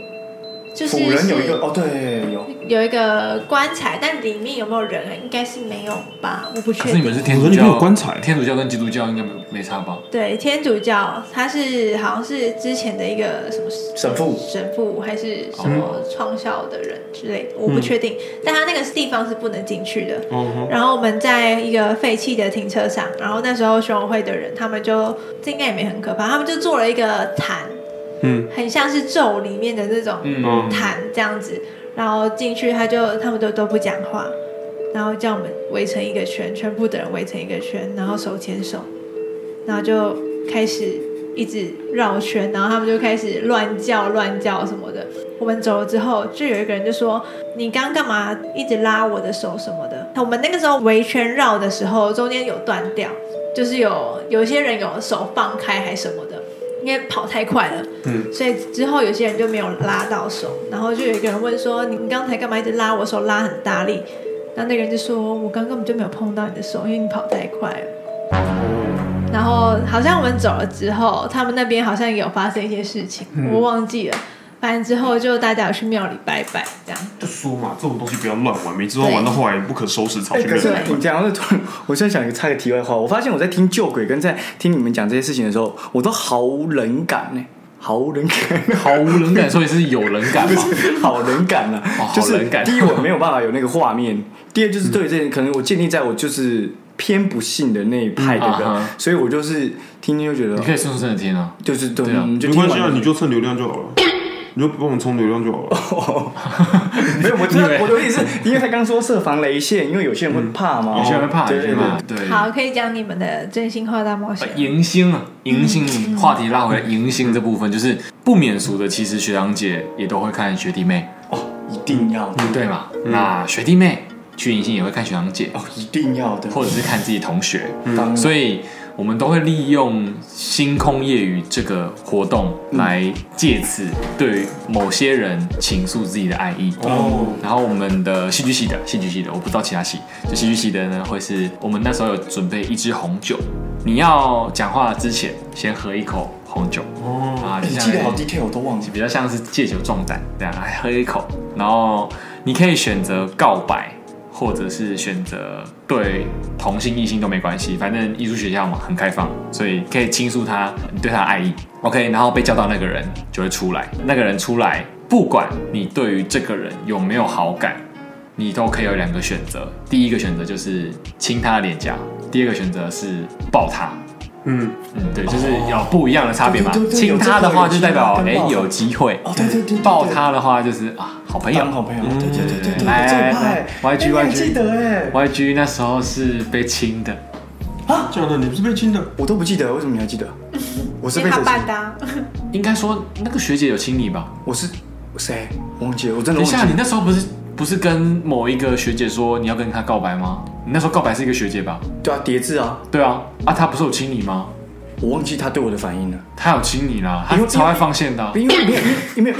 [SPEAKER 5] 就是
[SPEAKER 4] 辅仁有一
[SPEAKER 5] 是
[SPEAKER 4] 个哦，对，有
[SPEAKER 5] 有一个棺材，但里面有没有人？啊应该是没有吧，我不
[SPEAKER 3] 可
[SPEAKER 5] 确
[SPEAKER 3] 是你
[SPEAKER 5] 定。
[SPEAKER 3] 们是天
[SPEAKER 2] 我
[SPEAKER 3] 主
[SPEAKER 2] 说你没
[SPEAKER 3] 教，
[SPEAKER 2] 有棺材
[SPEAKER 3] 天主教跟基督教应该没没差吧？
[SPEAKER 5] 对，天主教他是好像是之前的一个什么
[SPEAKER 4] 神父。
[SPEAKER 5] 神父还是什么创校的人之类的，我不确定。但他那个地方是不能进去的。
[SPEAKER 2] 哦哦
[SPEAKER 5] 然后我们在一个废弃的停车场，然后那时候熊友会的人，他们就这应该也没很可怕，他们就做了一个坛，
[SPEAKER 2] 嗯
[SPEAKER 5] 很像是咒里面的那种
[SPEAKER 2] 嗯
[SPEAKER 5] 谈这样子，然后进去他就他们都都不讲话，然后叫我们围成一个圈，全部的人围成一个圈，然后手牵手，然后就开始一直绕圈，然后他们就开始乱叫乱叫什么的。我们走了之后，就有一个人就说：“你刚刚干嘛一直拉我的手什么的？”我们那个时候围圈绕的时候，中间有断掉，就是有有一些人有手放开还什么的，因为跑太快了。所以之后有些人就没有拉到手，然后就有一个人问说：“你你刚才干嘛一直拉我手，拉很大力？”那那个人就说：“我刚根本就没有碰到你的手，因为你跑太快了。”然后好像我们走了之后，他们那边好像有发生一些事情，
[SPEAKER 3] 嗯
[SPEAKER 5] 我忘记了。反正之后就大家有去庙里拜拜，这样。
[SPEAKER 2] 就说嘛，这种东西不要乱玩，每次都玩到后来不可收拾，吵
[SPEAKER 4] 哎，
[SPEAKER 2] 去没
[SPEAKER 4] 可
[SPEAKER 2] 有
[SPEAKER 4] 是
[SPEAKER 2] 人来玩
[SPEAKER 4] 你讲到这突然，我现在想一个插个题外话，我发现我在听旧鬼跟在听你们讲这些事情的时候，我都毫无冷感呢，毫无冷 感。
[SPEAKER 3] 毫无人感， 所以是有人感 嘛？
[SPEAKER 4] 好冷感嗯啊！
[SPEAKER 3] 哦好
[SPEAKER 4] 就是
[SPEAKER 3] 冷感
[SPEAKER 4] 第一，我没有办法有那个画面；第二，就是对这可能我建立在我就是偏不幸的那一派的人，
[SPEAKER 3] 嗯啊哈
[SPEAKER 4] 所以我就是听听就觉
[SPEAKER 3] 你可
[SPEAKER 4] 得
[SPEAKER 3] 以顺顺真的听啊。
[SPEAKER 4] 就是对，
[SPEAKER 3] 对啊
[SPEAKER 4] 你就
[SPEAKER 2] 没
[SPEAKER 4] 听
[SPEAKER 2] 关
[SPEAKER 4] 完
[SPEAKER 2] 系啊，
[SPEAKER 4] 了
[SPEAKER 2] 你就蹭流量就好了，你就帮我们充流量就好了。
[SPEAKER 4] 没有，我知 道
[SPEAKER 3] 你以为嗯
[SPEAKER 4] 我的意思，因为他刚说设防雷线，因为有些人会怕嘛，哦
[SPEAKER 3] 有些人会怕，
[SPEAKER 4] 对
[SPEAKER 3] 有些
[SPEAKER 4] 对
[SPEAKER 3] 人怕
[SPEAKER 4] 对，
[SPEAKER 3] 对。
[SPEAKER 5] 好，可以讲你们的真心话大冒险
[SPEAKER 3] 呃。迎新啊，迎新话题拉回来，迎新这部分就是不免俗的，其实学长姐也都会看学弟妹，
[SPEAKER 4] 哦，一定要的，
[SPEAKER 3] 嗯对嘛？那学弟妹去迎新也会看学长姐，
[SPEAKER 4] 哦，一定要的，
[SPEAKER 3] 或者是看自己同学，
[SPEAKER 4] 当然
[SPEAKER 3] 所以我们都会利用星空夜雨这个活动来借此对于某些人倾诉自己的爱意。
[SPEAKER 4] 哦
[SPEAKER 3] 然后我们的戏剧系的戏剧系的，我不知道其他系，就戏剧系的呢，会是我们那时候有准备一支红酒，你要讲话之前先喝一口红酒
[SPEAKER 2] 哦，
[SPEAKER 3] 啊，
[SPEAKER 4] 哎
[SPEAKER 3] 就
[SPEAKER 4] 你
[SPEAKER 3] 像
[SPEAKER 4] 记得好 detail，我都忘记。
[SPEAKER 3] 比较像是借酒壮胆这样，哎，喝一口，然后你可以选择告白，或者是选择对同性异性都没关系，反正艺术学校嘛很开放，所以可以倾诉他你对他的爱意。OK，然后被叫到那个人就会出来，那个人出来，不管你对于这个人有没有好感，你都可以有两个选择，第一个选择就是亲他的脸颊，第二个选择是抱他。
[SPEAKER 2] 嗯，
[SPEAKER 3] 嗯，对，就是有不一样的差别嘛
[SPEAKER 4] 哦对对。对对
[SPEAKER 3] 亲他的话就代表
[SPEAKER 4] 有这个
[SPEAKER 3] 哎
[SPEAKER 4] 有这个
[SPEAKER 3] 有机会
[SPEAKER 4] 哦，对对对对，
[SPEAKER 3] 抱他的话就是啊好朋友。
[SPEAKER 4] 当好朋友，对对对对对，
[SPEAKER 3] 来来
[SPEAKER 4] 这一
[SPEAKER 3] 来
[SPEAKER 4] 派
[SPEAKER 3] 来，YG
[SPEAKER 4] 哎你还记得哎，
[SPEAKER 3] YG 那时候是被亲的，
[SPEAKER 2] 啊这样的你不是被亲的，
[SPEAKER 4] 我都不记得，为什么你还 记得？我是
[SPEAKER 5] 因
[SPEAKER 4] 被
[SPEAKER 5] 为他
[SPEAKER 4] 谁
[SPEAKER 5] 办
[SPEAKER 4] 亲？
[SPEAKER 5] 的啊，
[SPEAKER 3] 应该说那个学姐有亲你吧？
[SPEAKER 4] 我是谁？忘记了，我真的
[SPEAKER 3] 等一
[SPEAKER 4] 忘记
[SPEAKER 3] 下，你
[SPEAKER 4] 了。
[SPEAKER 3] 那时候不是不是跟某一个学姐说你要跟她告白吗？你那时候告白是一个学姐吧？
[SPEAKER 4] 对啊，叠字啊，
[SPEAKER 3] 对啊，啊她不是有亲你吗？
[SPEAKER 4] 我忘记他对我的反应了。
[SPEAKER 3] 她有亲你啦，她
[SPEAKER 4] 因为
[SPEAKER 3] 超爱放线的啊。
[SPEAKER 4] 因为没有，因为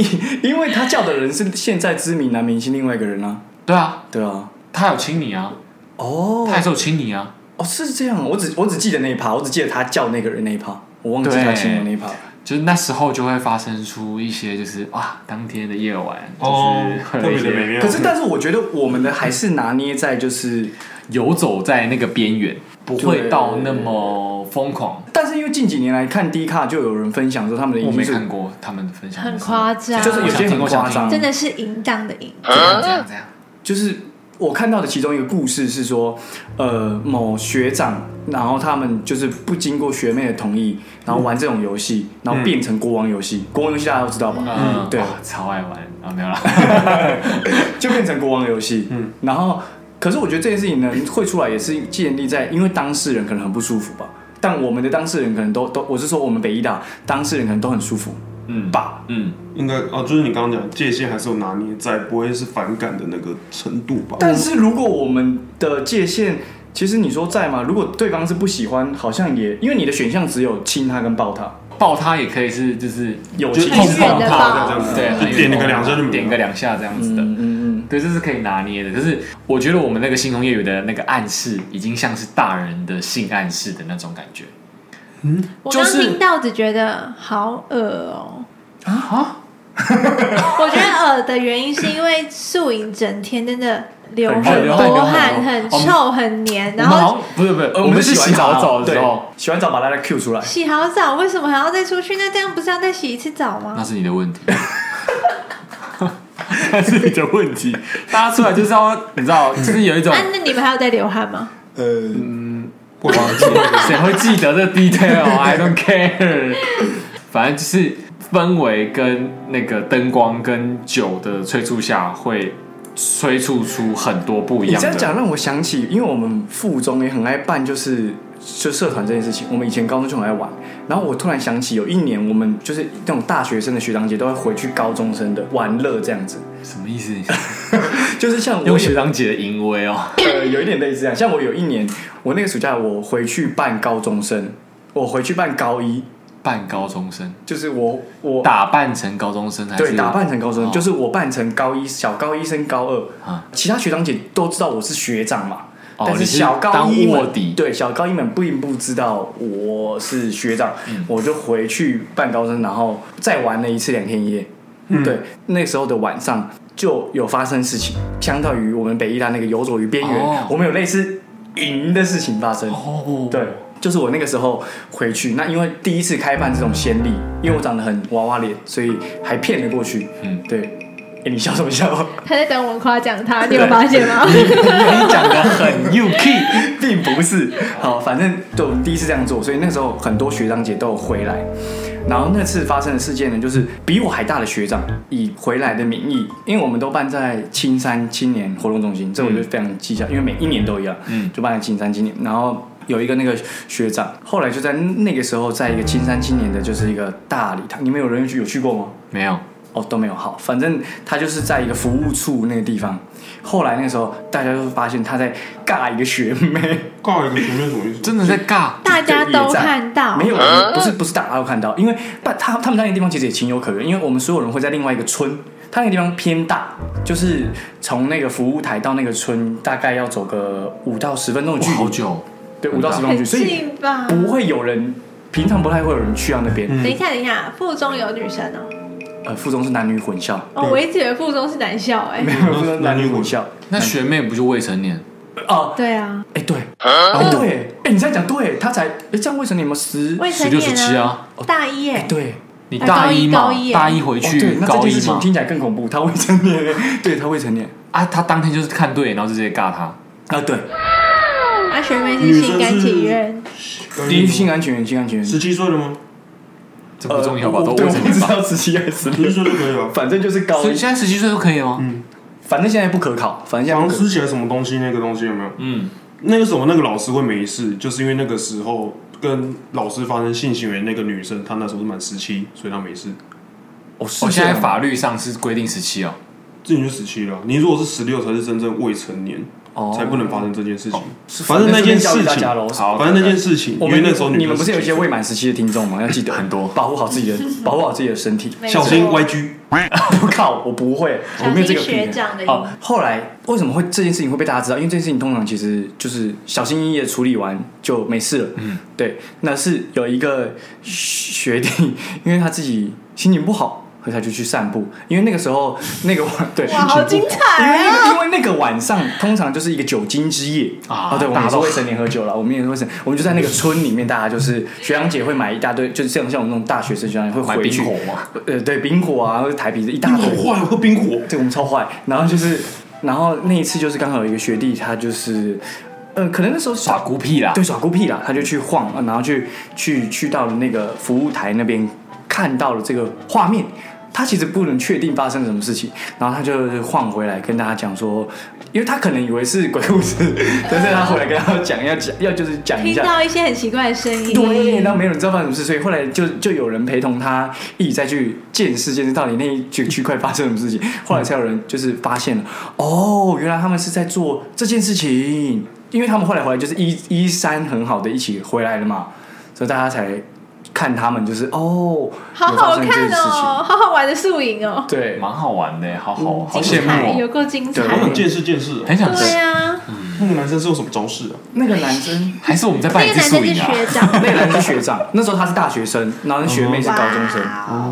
[SPEAKER 4] 因为他叫的人是现在知名男明星另外一个人啊，
[SPEAKER 3] 对啊，
[SPEAKER 4] 对啊。
[SPEAKER 3] 她有亲你啊，
[SPEAKER 4] 哦
[SPEAKER 3] 她还是有亲你啊。
[SPEAKER 4] 哦，是这样，我只我只记得那一趴，我只记得他叫那个人那一趴，我忘记他亲我那一趴。
[SPEAKER 3] 就是那时候就会发生出一些，就是哇，当天的夜晚，
[SPEAKER 4] 哦
[SPEAKER 3] 就是会
[SPEAKER 2] 特
[SPEAKER 3] 有一
[SPEAKER 2] 别的美
[SPEAKER 3] 些
[SPEAKER 2] 妙。
[SPEAKER 4] 可是，但是我觉得我们的还是拿捏在就是，
[SPEAKER 3] 游走在那个边缘，不会
[SPEAKER 4] 对
[SPEAKER 3] 到那么疯狂。
[SPEAKER 4] 但是因为近几年来看 D 卡，就有人分享说他们的
[SPEAKER 3] 我
[SPEAKER 4] 影
[SPEAKER 3] 没
[SPEAKER 4] 片是
[SPEAKER 3] 看过他们的分享，
[SPEAKER 5] 很夸张，
[SPEAKER 4] 就是有些很
[SPEAKER 3] 我想听
[SPEAKER 4] 夸 张，
[SPEAKER 5] 真的是淫荡的淫。
[SPEAKER 3] 这样这样这样，
[SPEAKER 4] 就是我看到的其中一个故事是说，呃，某学长，然后他们就是不经过学妹的同意，然后玩这种游戏，然后变成国王游戏。国王游戏大家都知道吧？
[SPEAKER 3] 嗯，
[SPEAKER 4] 对
[SPEAKER 3] 哇，超爱玩啊，没有啦，
[SPEAKER 4] 就变成国王游戏。嗯，然后可是我觉得这件事情呢，会出来也是建立在，因为当事人可能很不舒服吧。但我们的当事人可能都都，我是说我们北医大当事人可能都很舒服
[SPEAKER 3] 嗯，
[SPEAKER 4] 吧。
[SPEAKER 3] 嗯，
[SPEAKER 2] 应该哦，就是你刚刚讲界限还是有拿捏在，不会是反感的那个程度吧？
[SPEAKER 4] 但是如果我们的界限，其实你说在吗？如果对方是不喜欢，好像也因为你的选项只有亲他跟抱他，
[SPEAKER 3] 抱他也可以是就是
[SPEAKER 4] 有
[SPEAKER 2] 就
[SPEAKER 4] 亲
[SPEAKER 2] 是
[SPEAKER 5] 很
[SPEAKER 2] 碰
[SPEAKER 5] 远
[SPEAKER 2] 碰
[SPEAKER 5] 的
[SPEAKER 2] 他
[SPEAKER 5] 吧嗯
[SPEAKER 2] 这样子，
[SPEAKER 3] 对，很
[SPEAKER 2] 就点
[SPEAKER 3] 远
[SPEAKER 2] 了个两下就没了
[SPEAKER 3] 点个两下这样子的，
[SPEAKER 4] 嗯嗯
[SPEAKER 3] 对，这是可以拿捏的。可是我觉得我们那个星空夜雨的那个暗示，已经像是大人的性暗示的那种感觉
[SPEAKER 5] 我刚
[SPEAKER 3] 就是
[SPEAKER 5] 听到只觉得好恶哦、
[SPEAKER 3] 啊！
[SPEAKER 5] 我觉得恶的原因是因为宿营整天真的流很
[SPEAKER 3] 很流汗
[SPEAKER 5] 多汗，
[SPEAKER 3] 流汗
[SPEAKER 5] 很
[SPEAKER 3] 哦
[SPEAKER 5] 臭很黏，然
[SPEAKER 3] 我们
[SPEAKER 5] 后
[SPEAKER 3] 好像不是不是，
[SPEAKER 4] 呃
[SPEAKER 3] 我们是洗好澡的
[SPEAKER 4] 对
[SPEAKER 3] 时候，，
[SPEAKER 4] 洗完澡把大家 Q 出来。
[SPEAKER 5] 洗好澡，为什么还要再出去？那这样不是要再洗一次澡
[SPEAKER 3] 那
[SPEAKER 4] 哦
[SPEAKER 5] 吗？
[SPEAKER 3] 是你的 问题。那是你的问题，大家出来就是要，你知 道，就是有一种
[SPEAKER 5] 啊，那你们还有在流汗吗？
[SPEAKER 4] 呃，
[SPEAKER 3] 我忘记了，谁会记得这 detail？I don't care。反正就是氛围跟那个灯光跟酒的催促下，会催促出很多不一
[SPEAKER 4] 你
[SPEAKER 3] 样
[SPEAKER 4] 这样
[SPEAKER 3] 的。
[SPEAKER 4] 讲让我想起，因为我们附中也很爱办，就是就社团这件事情。我们以前高中就很爱玩，然后我突然想起，有一年我们就是那种大学生的学长姐都会回去高中生的玩乐这样子，
[SPEAKER 3] 什么意 思？
[SPEAKER 4] 就是像我
[SPEAKER 3] 用
[SPEAKER 4] 有
[SPEAKER 3] 学长姐的淫威哦。
[SPEAKER 4] 呃有一点类似这样，像我有一年，我那个暑假我回去办高中生，我回去办高一，
[SPEAKER 3] 扮高中生，
[SPEAKER 4] 就是我我
[SPEAKER 3] 打扮成高中生还是
[SPEAKER 4] 对打扮成高中
[SPEAKER 3] 哦
[SPEAKER 4] 生，就是我扮成高一小高一升高二，
[SPEAKER 3] 啊？
[SPEAKER 4] 其他学长姐都知道我是学长嘛，
[SPEAKER 3] 哦
[SPEAKER 4] 但
[SPEAKER 3] 你
[SPEAKER 4] 是
[SPEAKER 3] 是
[SPEAKER 4] 小高一
[SPEAKER 3] 当
[SPEAKER 4] 们
[SPEAKER 3] 卧底
[SPEAKER 4] 对小高一们并不知道我是学长，
[SPEAKER 3] 嗯
[SPEAKER 4] 我就回去办高中，然后再玩了一次两天一夜。对，那时候的晚上就有发生事情，相当于我们北医大那个游走于边缘，
[SPEAKER 3] 哦
[SPEAKER 4] 我们有类似赢的事情发生。
[SPEAKER 3] 哦，
[SPEAKER 4] 对，就是我那个时候回去，那因为第一次开办这种先例，因为我长得很娃娃脸，所以还骗了过去。
[SPEAKER 3] 嗯
[SPEAKER 4] 对。哎、欸你笑什么笑？
[SPEAKER 7] 他在等我夸奖 他，你有发现吗？
[SPEAKER 4] 你讲的很 u k 并不是。好，反正就我们第一次这样做，所以那时候很多学长姐都有回来。然后那次发生的事件呢，就是比我还大的学长以回来的名义，因为我们都办在青山青年活动中心，这我就非常记下，因为每一年都一样，嗯，就办在青山青年。然后有一个那个学长，后来就在那个时候，在一个青山青年的，就是一个大礼堂，你们有人去有去过吗？
[SPEAKER 3] 没有，
[SPEAKER 4] 哦，都没有好，反正他就是在一个服务处那个地方。后来那个时候，大家就发现他在尬一个学妹，
[SPEAKER 2] 告一个前面什么意思？
[SPEAKER 3] 真的在尬。
[SPEAKER 5] 大家都
[SPEAKER 4] 也在
[SPEAKER 5] 看到
[SPEAKER 4] 没有，不是不是大家都看到，因为但他他们那个地方其实也情有可原，因为我们所有人会在另外一个村，他那个地方偏大，就是从那个服务台到那个村大概要走个五到十分钟的距
[SPEAKER 3] 哇
[SPEAKER 4] 离，
[SPEAKER 3] 好久，
[SPEAKER 4] 对，五到十分钟
[SPEAKER 5] 很
[SPEAKER 4] 的距离，所以
[SPEAKER 5] 近啊吧？
[SPEAKER 4] 不会有人，平常不太会有人去到那边。
[SPEAKER 5] 等一下，等一下，附中有女生哦。
[SPEAKER 4] 呃，附中是男女混校，
[SPEAKER 7] 哦，我一直以为附中是男校哎、
[SPEAKER 4] 没有 附中是嗯男女混校
[SPEAKER 3] 那学妹不就未成年？
[SPEAKER 4] 哦，
[SPEAKER 7] 对啊，
[SPEAKER 4] 哎、对，哎、对，哎、你这样讲对，他才哎、这样未成年有没有十？哎
[SPEAKER 5] 未成
[SPEAKER 3] 16 17
[SPEAKER 5] 年
[SPEAKER 3] 啊
[SPEAKER 5] 啊，大一耶，
[SPEAKER 4] 对，
[SPEAKER 3] 你大一嘛
[SPEAKER 5] 高一高一，耶
[SPEAKER 3] 大一回
[SPEAKER 4] 哦对
[SPEAKER 3] 去
[SPEAKER 4] 那这
[SPEAKER 3] 高
[SPEAKER 4] 件事
[SPEAKER 3] 一
[SPEAKER 4] 情
[SPEAKER 3] 嘛，
[SPEAKER 4] 听起来更恐怖，他未成年， 对他未成年
[SPEAKER 3] 啊，他当天就是看对眼，然后就直接尬他。
[SPEAKER 4] 啊，对，
[SPEAKER 5] 啊，学妹是心甘情愿，
[SPEAKER 4] 第一
[SPEAKER 3] 啊
[SPEAKER 4] 性安全，性安全，
[SPEAKER 2] 十七岁了吗？
[SPEAKER 3] 这
[SPEAKER 4] 呃
[SPEAKER 3] 不重要吧？
[SPEAKER 4] 我
[SPEAKER 3] 都
[SPEAKER 4] 对
[SPEAKER 3] 未
[SPEAKER 4] 我
[SPEAKER 3] 成
[SPEAKER 4] 不
[SPEAKER 3] 年
[SPEAKER 4] 知
[SPEAKER 3] 吧？
[SPEAKER 4] 道十七还是
[SPEAKER 2] 十
[SPEAKER 4] 十
[SPEAKER 2] 七
[SPEAKER 4] 六，
[SPEAKER 2] 岁就可以了。
[SPEAKER 4] 反正就是高
[SPEAKER 3] 所
[SPEAKER 4] 一
[SPEAKER 3] 以，现在十七岁都可以了
[SPEAKER 4] 嗯
[SPEAKER 3] 吗？
[SPEAKER 4] 反正现在不可考，反正现在
[SPEAKER 2] 好
[SPEAKER 4] 不
[SPEAKER 2] 像
[SPEAKER 4] 可
[SPEAKER 2] 吃起来什么东西，那个东西有没有？
[SPEAKER 3] 嗯，
[SPEAKER 2] 那个时候那个老师会没事，就是因为那个时候跟老师发生性行为那个女生，她那时候是满十七，所以她没事。
[SPEAKER 4] 我是
[SPEAKER 3] 我
[SPEAKER 4] 这
[SPEAKER 3] 哦现在
[SPEAKER 4] 样吗
[SPEAKER 3] 法律上是规定十七哦。
[SPEAKER 2] 这你就十七了，你如果是十六才是真正未成年，
[SPEAKER 4] 哦
[SPEAKER 2] 才不能发生这件事情。
[SPEAKER 4] 是
[SPEAKER 2] 哦反正那件事
[SPEAKER 4] 反正是教育大
[SPEAKER 2] 情，
[SPEAKER 4] 家咯
[SPEAKER 2] 反正那件事情，
[SPEAKER 4] 我
[SPEAKER 2] 因为
[SPEAKER 4] 们
[SPEAKER 2] 那时候
[SPEAKER 4] 你
[SPEAKER 2] 生
[SPEAKER 4] 们不是有一些
[SPEAKER 2] 17岁
[SPEAKER 4] 未满十七的听众吗？要记得
[SPEAKER 3] 很多
[SPEAKER 4] 保护好自己的，保护好自己的身体。
[SPEAKER 2] 小心 YG，
[SPEAKER 4] 不靠，我不会，我没有这个
[SPEAKER 5] 小心
[SPEAKER 4] 病
[SPEAKER 5] 学长的影
[SPEAKER 4] 哦，后来为什么会这件事情会被大家知道？因为这件事情通常其实就是小心翼翼的处理完就没事了。嗯，对，那是有一个学弟，因为他自己心情不好。所以他就去散步，因为那个时候那个晚 对，
[SPEAKER 7] 哇好精彩啊
[SPEAKER 4] 因为那个因为那个晚上通常就是一个酒精之夜
[SPEAKER 3] 啊
[SPEAKER 4] 对，我们
[SPEAKER 3] 大
[SPEAKER 4] 也
[SPEAKER 3] 家
[SPEAKER 4] 是
[SPEAKER 3] 都
[SPEAKER 4] 未成年喝酒了，我们也是未成，我们就在那个村里面，大家就是学长姐会买一大堆，就是像像我们那种大学生学长姐会
[SPEAKER 3] 买
[SPEAKER 4] 回去
[SPEAKER 3] 冰火嘛，
[SPEAKER 4] 呃，对，冰火啊，或者台啤的一大堆，
[SPEAKER 2] 好坏啊喝冰火，
[SPEAKER 4] 对我们超坏。然后就是，然后那一次就是刚好有一个学弟，他就是，呃，可能那时候
[SPEAKER 3] 耍孤僻啦。
[SPEAKER 4] 对，耍孤僻啦，他就去晃，呃然后去去去到了那个服务台那边，看到了这个画面，他其实不能确定发生了什么事情，然后他就晃回来跟大家讲说，因为他可能以为是鬼故事， 但是他回来跟他讲，要讲要就是讲一
[SPEAKER 5] 听
[SPEAKER 4] 下，
[SPEAKER 5] 到一些很奇怪的声音，
[SPEAKER 4] 对，然后没有人知道发生什么事，所以后来就就有人陪同他一起再去见识见识到底那一区区块发生什么事情，后来才有人就是发现了，哦，原来他们是在做这件事情，因为他们后来回来就是一一三很好的一起回来了嘛，所以大家才看他们就是哦，
[SPEAKER 7] 好
[SPEAKER 4] 有发
[SPEAKER 7] 好
[SPEAKER 4] 生这
[SPEAKER 7] 看
[SPEAKER 4] 件事情，
[SPEAKER 7] 哦，好好玩的宿营哦，
[SPEAKER 4] 对，
[SPEAKER 3] 蛮好玩的，好好好
[SPEAKER 5] 嗯精
[SPEAKER 3] 羡
[SPEAKER 5] 彩
[SPEAKER 3] 慕
[SPEAKER 7] 有
[SPEAKER 3] 哦，
[SPEAKER 7] 够精彩
[SPEAKER 4] 对。
[SPEAKER 2] 我很见识见识啊。
[SPEAKER 3] 很想
[SPEAKER 5] 对啊，
[SPEAKER 2] 那个男生是用什么招式啊？
[SPEAKER 4] 那个男生。
[SPEAKER 3] 还是我们在办
[SPEAKER 5] 那
[SPEAKER 3] 一
[SPEAKER 5] 个
[SPEAKER 3] 次
[SPEAKER 5] 男生
[SPEAKER 3] 宿
[SPEAKER 5] 是
[SPEAKER 3] 营啊？
[SPEAKER 5] 学长，
[SPEAKER 4] 那个男生是学长，那时候他是大学生，然后那学妹是高中生。
[SPEAKER 5] 啊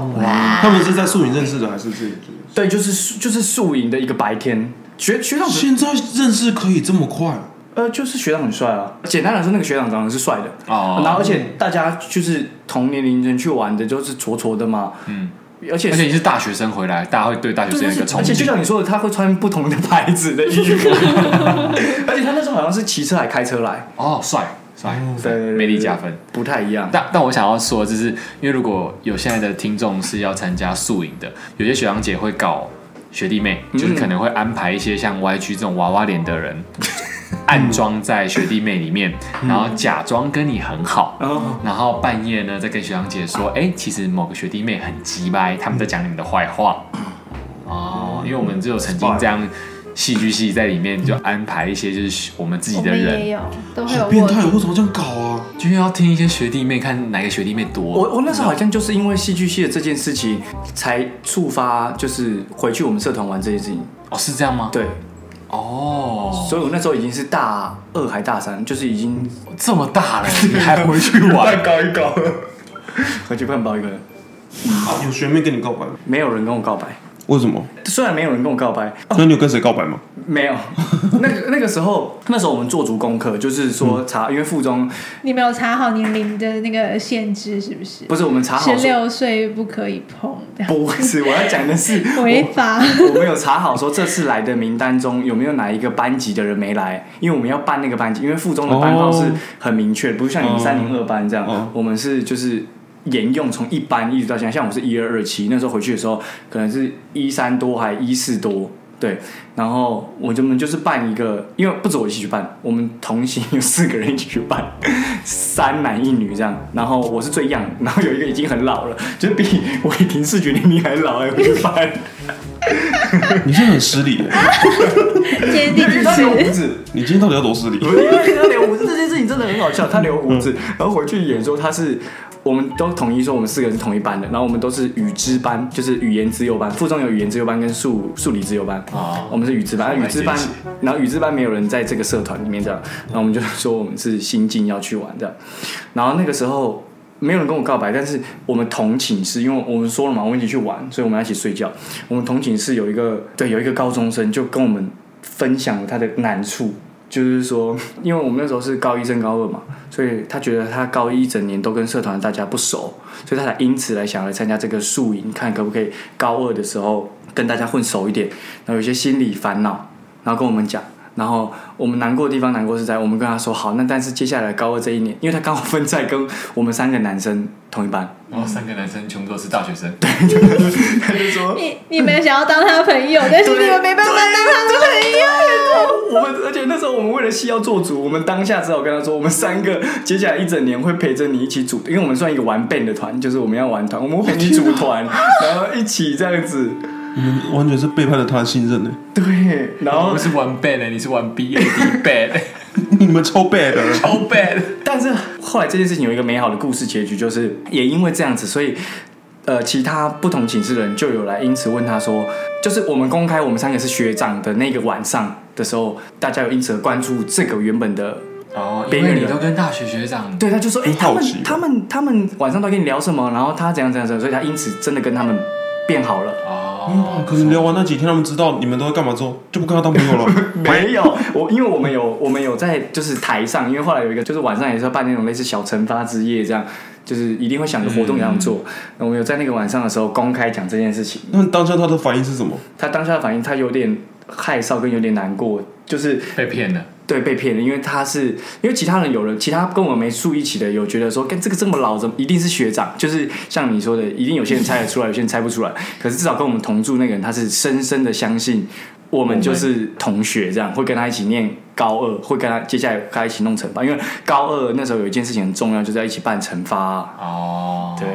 [SPEAKER 2] 他们是在宿营认识的还是自己？
[SPEAKER 4] 对，就是宿就是宿营的一个白天，学学长
[SPEAKER 2] 现在认识可以这么快？啊
[SPEAKER 4] 呃，就是学长很帅啊。简单来说，那个学长长得是帅的，
[SPEAKER 3] 哦
[SPEAKER 4] 然后而且大家就是同年龄人去玩的，就是挫挫的嘛，
[SPEAKER 3] 嗯，
[SPEAKER 4] 而且
[SPEAKER 3] 而且你是大学生回来，大家会对大学
[SPEAKER 4] 对
[SPEAKER 3] 生有一个
[SPEAKER 4] 而且
[SPEAKER 3] 憧
[SPEAKER 4] 而且就
[SPEAKER 3] 憬。
[SPEAKER 4] 像你说的，他会穿不同的牌子的衣 服， 而且他那时候好像是骑车还开车来，
[SPEAKER 3] 哦，帅
[SPEAKER 2] 哎
[SPEAKER 3] 帅，
[SPEAKER 4] 对对对
[SPEAKER 3] 魅力加分。
[SPEAKER 4] 不太一样。
[SPEAKER 3] 但但我想要说，就是因为如果有现在的听众是要参加宿营的，有些学长姐会搞学弟妹，就是可能会安排一些像 YG 这种娃娃脸的人，暗装在学弟妹里面，然后假装跟你很好，
[SPEAKER 4] 然后
[SPEAKER 3] 然后半夜呢再跟学长姐说，哎、其实某个学弟妹很鸡掰，他们在讲你们的坏话。哦，因为我们就有曾经这样戏剧系在里面就安排一些就是我们自己
[SPEAKER 7] 我
[SPEAKER 3] 的
[SPEAKER 7] 们
[SPEAKER 3] 人
[SPEAKER 7] 也，有，都会
[SPEAKER 2] 好
[SPEAKER 7] 有
[SPEAKER 2] 变
[SPEAKER 7] 卧
[SPEAKER 2] 态，哦
[SPEAKER 7] 底。
[SPEAKER 2] 为什么这样搞啊？
[SPEAKER 3] 就要听一些学弟妹看哪个学弟妹多。
[SPEAKER 4] 我我那时候好像就是因为戏剧系的这件事情，才触发就是回去我们社团玩这件事情。
[SPEAKER 3] 哦，是这样吗？，
[SPEAKER 4] 对，
[SPEAKER 3] 哦，
[SPEAKER 4] 所以我那时候已经是大二还大三，就是已经
[SPEAKER 3] 这么大 了，你还回去玩？
[SPEAKER 4] 高一 高，回去半包一个人。
[SPEAKER 2] 有学妹跟你告白吗？
[SPEAKER 4] 没有人跟我告白，
[SPEAKER 2] 为什么？
[SPEAKER 4] 虽然没有人跟我告白，哦、
[SPEAKER 2] 那你有跟谁告白吗？
[SPEAKER 4] 没有，那个那个时候，那时候我们做足功课，就是说查，因为附中
[SPEAKER 5] 你没有查好年龄的那个限制是不是？
[SPEAKER 4] 不是我们查好
[SPEAKER 5] 十
[SPEAKER 4] 说，
[SPEAKER 5] 六岁不可以碰，这样
[SPEAKER 4] 不是我要讲的是
[SPEAKER 5] 违
[SPEAKER 4] 我
[SPEAKER 5] 法。
[SPEAKER 4] 我们有查好说这次来的名单中有没有哪一个班级的人没来，因为我们要办那个班级，因为附中的班号是很明确，不是像你们
[SPEAKER 2] 哦
[SPEAKER 4] 三零二班这样，
[SPEAKER 2] 哦
[SPEAKER 4] 我们是就是沿用从一班一直到现在，像我是一二二七，那时候回去的时候可能是一三多还一四多。对，然后我就我们就是办一个，因为不止我一起去办，我们同行有四个人一起去办，三男一女这样。然后我是最 young，然后有一个已经很老了，就是比伟霆视觉年龄还老，还回去办。
[SPEAKER 2] 哎你现在很失礼耶，
[SPEAKER 5] 接地气
[SPEAKER 4] 他留胡子，
[SPEAKER 2] 你今天到底要多失礼？
[SPEAKER 4] 因为他留胡子这件事情真的很好笑。他留胡
[SPEAKER 3] 嗯
[SPEAKER 4] 子，然后回去演说他是。我们都统一说我们四个人是同一班的，然后我们都是语知班，就是语言资优班。附中有语言资优班跟数数理资优班，
[SPEAKER 3] 哦
[SPEAKER 4] 我们是语知班。
[SPEAKER 3] 好
[SPEAKER 4] 啊语知班
[SPEAKER 3] 来接起，
[SPEAKER 4] 然后语知班没有人在这个社团里面这样，然后我们就说我们是新进要去玩这样。然后那个时候没有人跟我告白，但是我们同寝室，因为我们说了嘛，我们一起去玩，所以我们要一起睡觉。我们同寝室有一个对有一个高中生就跟我们分享了他的难处，就是说，因为我们那时候是高一升高二嘛，所以他觉得他高一一整年都跟社团大家不熟，所以他才因此来想来参加这个宿营，看可不可以高二的时候跟大家混熟一点，然后有一些心理烦恼，然后跟我们讲。然后我们难过的地方，难过是在我们跟他说好，那但是接下来高二这一年，因为他刚好分在跟我们三个男生同一班，
[SPEAKER 3] 然后哦三个男生全部都是大学生，
[SPEAKER 4] 他就说
[SPEAKER 5] 你你们想要当他朋友，但是你们没办法当他的朋友。
[SPEAKER 4] 我们而且那时候我们为了戏要做主，我们当下只好跟他说，我们三个接下来一整年会陪着你一起组，因为我们算一个玩 band 的团，就是我们要玩团，我们会陪你组团，然后一起这样子。
[SPEAKER 2] 你们完全是背叛了他的信任呢，
[SPEAKER 4] 对，然
[SPEAKER 3] 我
[SPEAKER 4] 后
[SPEAKER 3] 们是玩 band，的你是玩 B A D band，
[SPEAKER 2] 你们超 bad 的。
[SPEAKER 3] 超 bad。
[SPEAKER 4] 但是后来这件事情有一个美好的故事结局，就是也因为这样子，所以呃，其他不同寝室的人就有来因此问他说，就是我们公开我们三个是学长的那个晚上的时候，大家有因此而关注这个原本的
[SPEAKER 3] 哦，
[SPEAKER 4] 边
[SPEAKER 3] 因
[SPEAKER 4] 缘
[SPEAKER 3] 为
[SPEAKER 4] 人
[SPEAKER 3] 你都跟大学学长
[SPEAKER 4] 对，他就说，哎、
[SPEAKER 2] 很
[SPEAKER 4] 他
[SPEAKER 2] 好
[SPEAKER 4] 们
[SPEAKER 2] 奇
[SPEAKER 4] 他们他们晚上都跟你聊什么，然后他怎样怎样怎样，所以他因此真的跟他们变好了。
[SPEAKER 3] 哦，
[SPEAKER 2] 可是聊完那几天，他们知道你们都在干嘛之后，就不跟他当朋友了。
[SPEAKER 4] 没有，我因为我们有我们有在就是台上，因为后来有一个就是晚上也是要办那种类似小惩罚之夜这样，就是一定会想着活动怎样做。那我们有在那个晚上的时候公开讲这件事情，
[SPEAKER 2] 那当下他的反应是什么？
[SPEAKER 4] 他当下的反应他有点害臊跟有点难过，就是
[SPEAKER 3] 被骗了，
[SPEAKER 4] 对，被骗了，因为他是因为其他人有人，其他跟我们没住一起的有觉得说，跟这个这么老的一定是学长，就是像你说的，一定有些人猜得出来，有些人猜不出来。可是至少跟我们同住那个人，他是深深的相信我们就是同学，这样会跟他一起念高二，会跟他接下来跟他一起弄惩罚，因为高二那时候有一件事情很重要，就是要一起办惩罚啊。
[SPEAKER 3] 哦，
[SPEAKER 4] 对，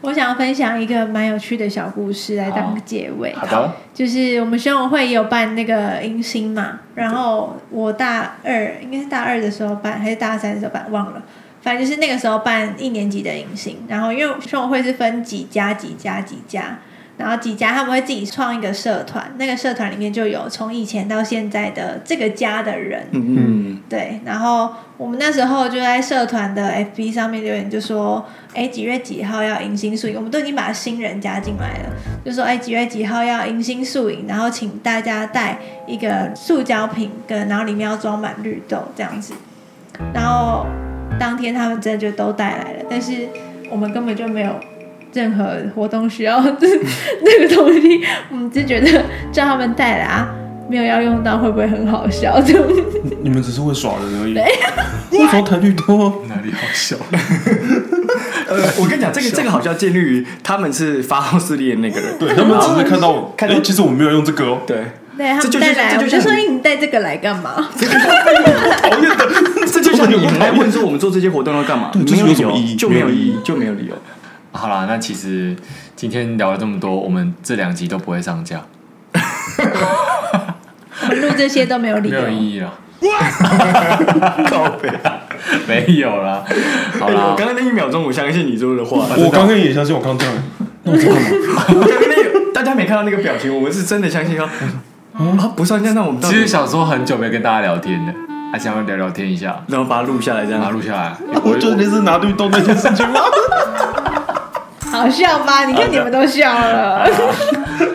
[SPEAKER 5] 我想要分享一个蛮有趣的小故事来当
[SPEAKER 3] 好
[SPEAKER 5] 结尾。
[SPEAKER 3] 好的，
[SPEAKER 5] 就是我们学友会也有办那个迎新嘛，然后我大二应该是大二的时候办，还是大三的时候办，忘了。反正就是那个时候办一年级的迎新，然后因为学友会是分几家几家几家，然后几家他们会自己创一个社团，那个社团里面就有从以前到现在的这个家的人，
[SPEAKER 4] 嗯嗯，
[SPEAKER 5] 对，然后我们那时候就在社团的 FB 上面留言，就说，哎，几月几号要迎新宿营？我们都已经把新人加进来了，就说，哎，几月几号要迎新宿营？然后请大家带一个塑胶瓶跟，然后里面要装满绿豆这样子。然后当天他们真的就都带来了，但是我们根本就没有任何活动需要那个东西，我们就觉得叫他们带来啊，没有要用到会不会很好笑？就
[SPEAKER 2] 你你们只是会耍人而已。为什么谈绿多？
[SPEAKER 3] 哪里好笑？
[SPEAKER 4] 呃，我跟你讲，这个这个好像建立于他们是发号施令的那个 人，
[SPEAKER 2] 对他们只是看到，
[SPEAKER 4] 看到
[SPEAKER 2] 哎，其实我没有用这个哦。
[SPEAKER 4] 对。
[SPEAKER 5] 对他
[SPEAKER 4] 这
[SPEAKER 5] 们
[SPEAKER 4] 就
[SPEAKER 5] 带
[SPEAKER 4] 是
[SPEAKER 5] 来，
[SPEAKER 4] 这
[SPEAKER 5] 我
[SPEAKER 4] 就
[SPEAKER 5] 就是说
[SPEAKER 4] 你
[SPEAKER 5] 哎你带这个来干 嘛？
[SPEAKER 2] 讨厌的，
[SPEAKER 4] 这就像你们来问说我们做这些活动要干嘛，
[SPEAKER 2] 对
[SPEAKER 4] 没有
[SPEAKER 2] 就是有
[SPEAKER 4] 理
[SPEAKER 2] 什么意义
[SPEAKER 4] 由就没有
[SPEAKER 2] 没有
[SPEAKER 4] 意
[SPEAKER 2] 意
[SPEAKER 4] 义，就没有理由。
[SPEAKER 3] 好啦，那其实今天聊了这么多，我们这两集都不会上架，
[SPEAKER 5] 我们录这些都没有理
[SPEAKER 3] 没
[SPEAKER 5] 由
[SPEAKER 3] 有。意义了，
[SPEAKER 4] 靠背，
[SPEAKER 3] 没有啦。好
[SPEAKER 4] 我
[SPEAKER 3] 啦，
[SPEAKER 4] 刚刚那一秒钟，我相信你说的话。
[SPEAKER 2] 我刚刚也相信，我刚刚这样。那我在干嘛？
[SPEAKER 4] 我刚刚那个大家没看到那个表情，我们是真的相信说啊，不算这样，那我们到
[SPEAKER 3] 其
[SPEAKER 4] 底
[SPEAKER 3] 实想说很久没跟大家聊天了，还想要聊聊天一下，
[SPEAKER 4] 然后把它录下来这
[SPEAKER 3] 把它
[SPEAKER 4] 样。
[SPEAKER 3] 录下来。
[SPEAKER 2] 我觉得是拿绿豆那 件事情吗？
[SPEAKER 5] 好笑吧？你看你们都笑了。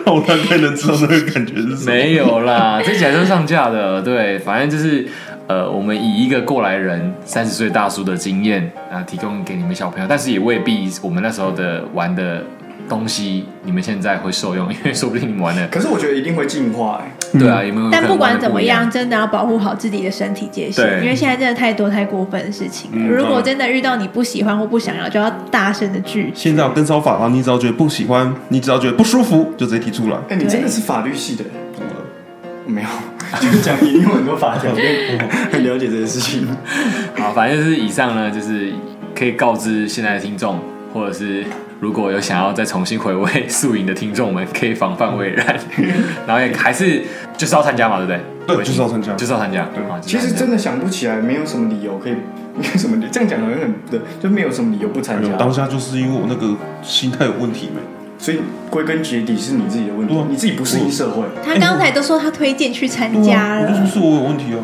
[SPEAKER 2] 好难才能知道那个感觉是什么。
[SPEAKER 3] 没有啦，这假就上架的，对，反正就是呃，我们以一个过来人三十岁大叔的经验啊、提供给你们小朋友，但是也未必我们那时候的玩的东西，你们现在会受用，因为说不定你们玩的，
[SPEAKER 4] 可是我觉得一定会进化、欸，
[SPEAKER 2] 嗯
[SPEAKER 3] 对啊，有没有？
[SPEAKER 7] 但不管怎么样，，真的要保护好自己的身体界限，
[SPEAKER 3] 对
[SPEAKER 7] 因为现在真的太多太过分的事情了。
[SPEAKER 2] 嗯
[SPEAKER 7] 如果真的遇到你不喜欢或不想要，就要大声的拒绝。
[SPEAKER 2] 现在有跟骚法啊，你只要觉得不喜欢，你只要觉得不舒服，就直接提出来。
[SPEAKER 4] 哎、你真的是法律系的、没有，就是讲引用很多法条，很了解这件事情。
[SPEAKER 3] 好，反正就是以上呢，就是可以告知现在的听众，或者是如果有想要再重新回味宿营的听众们，可以防范未然， 然后也还是就是要参加嘛，对不对？
[SPEAKER 2] 对就是要参加
[SPEAKER 3] 就是要参加。好
[SPEAKER 4] 其实真的想不起来，没有什么理由可以，没有什么理这样讲好像很不对，就没有什么理由不参
[SPEAKER 2] 没
[SPEAKER 4] 加
[SPEAKER 2] 有。当下就是因为我那个心态有问题没？
[SPEAKER 4] 所以归根结底是你自己的问题
[SPEAKER 2] 对啊，
[SPEAKER 4] 你自己不适应社会。
[SPEAKER 7] 他刚才都说他推荐去参
[SPEAKER 2] 对
[SPEAKER 7] 加
[SPEAKER 2] 啊，我就说
[SPEAKER 7] 了，
[SPEAKER 2] 是我有问题啊。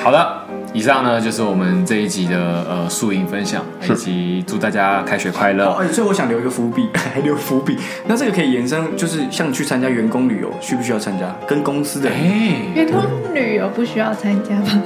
[SPEAKER 3] 好的，以上呢就是我们这一集的呃宿营分享，以及祝大家开学快
[SPEAKER 7] 啊
[SPEAKER 4] 哦，
[SPEAKER 3] 乐。
[SPEAKER 4] 哎、所以我想留一个伏笔， 还留伏笔。那这个可以延伸，就是像去参加员工旅游，需不需要参加？跟公司的，
[SPEAKER 3] 哎，
[SPEAKER 7] 员工旅游不需要参加吧？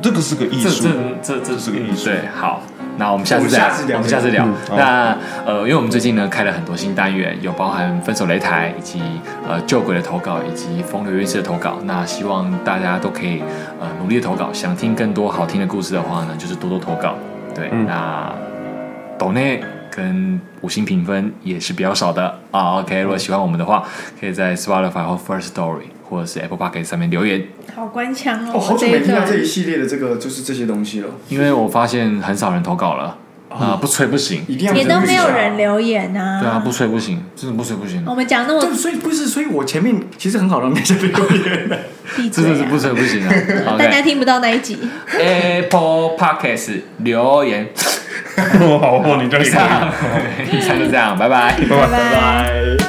[SPEAKER 2] 这个是个艺
[SPEAKER 3] 这
[SPEAKER 2] 术
[SPEAKER 3] 这，这这
[SPEAKER 2] 是个艺术
[SPEAKER 3] 对，好。那我们下次再，
[SPEAKER 4] 我们下次聊
[SPEAKER 3] 我们下次聊
[SPEAKER 2] 嗯。好
[SPEAKER 3] 那呃，因为我们最近呢开了很多新单元，有包含分手擂台，以及呃旧鬼的投稿，以及风流韵事的投稿。那希望大家都可以呃努力的投稿，想听更多好听的故事的话呢，就是多多投稿。对，
[SPEAKER 2] 嗯
[SPEAKER 3] 那抖内跟五星评分也是比较少的
[SPEAKER 2] 嗯
[SPEAKER 3] 啊。OK，如果喜欢我们的话，可以在 Spotify 或 First Story 或者是 Apple Podcast 上面留言。
[SPEAKER 7] 好官腔
[SPEAKER 4] 哦，好久
[SPEAKER 7] 这
[SPEAKER 4] 没
[SPEAKER 7] 一
[SPEAKER 4] 听到
[SPEAKER 7] 段
[SPEAKER 4] 这一系列的这个就是这些东西了，
[SPEAKER 3] 因为我发现很少人投稿了
[SPEAKER 2] 哦
[SPEAKER 3] 啊，不吹不行。
[SPEAKER 4] 一定要
[SPEAKER 7] 也都
[SPEAKER 4] 整理
[SPEAKER 7] 没
[SPEAKER 4] 一下
[SPEAKER 7] 有人。留言啊。哦
[SPEAKER 3] 对啊，不吹不行，真的不吹不行，
[SPEAKER 7] 我们讲那么
[SPEAKER 4] 对，所以不是，所以我前面其实很好的没这边留言，
[SPEAKER 7] 闭
[SPEAKER 3] 真
[SPEAKER 7] 嘴、
[SPEAKER 3] 的是
[SPEAKER 7] 啊
[SPEAKER 3] 不，吹不 行啊。
[SPEAKER 7] 大家
[SPEAKER 3] OK，Apple
[SPEAKER 7] 听不到那一集。
[SPEAKER 3] Podcast 留言
[SPEAKER 2] 好，你这样
[SPEAKER 3] 以
[SPEAKER 2] 一个。
[SPEAKER 3] 上，以上就这样，拜拜。
[SPEAKER 4] 拜拜。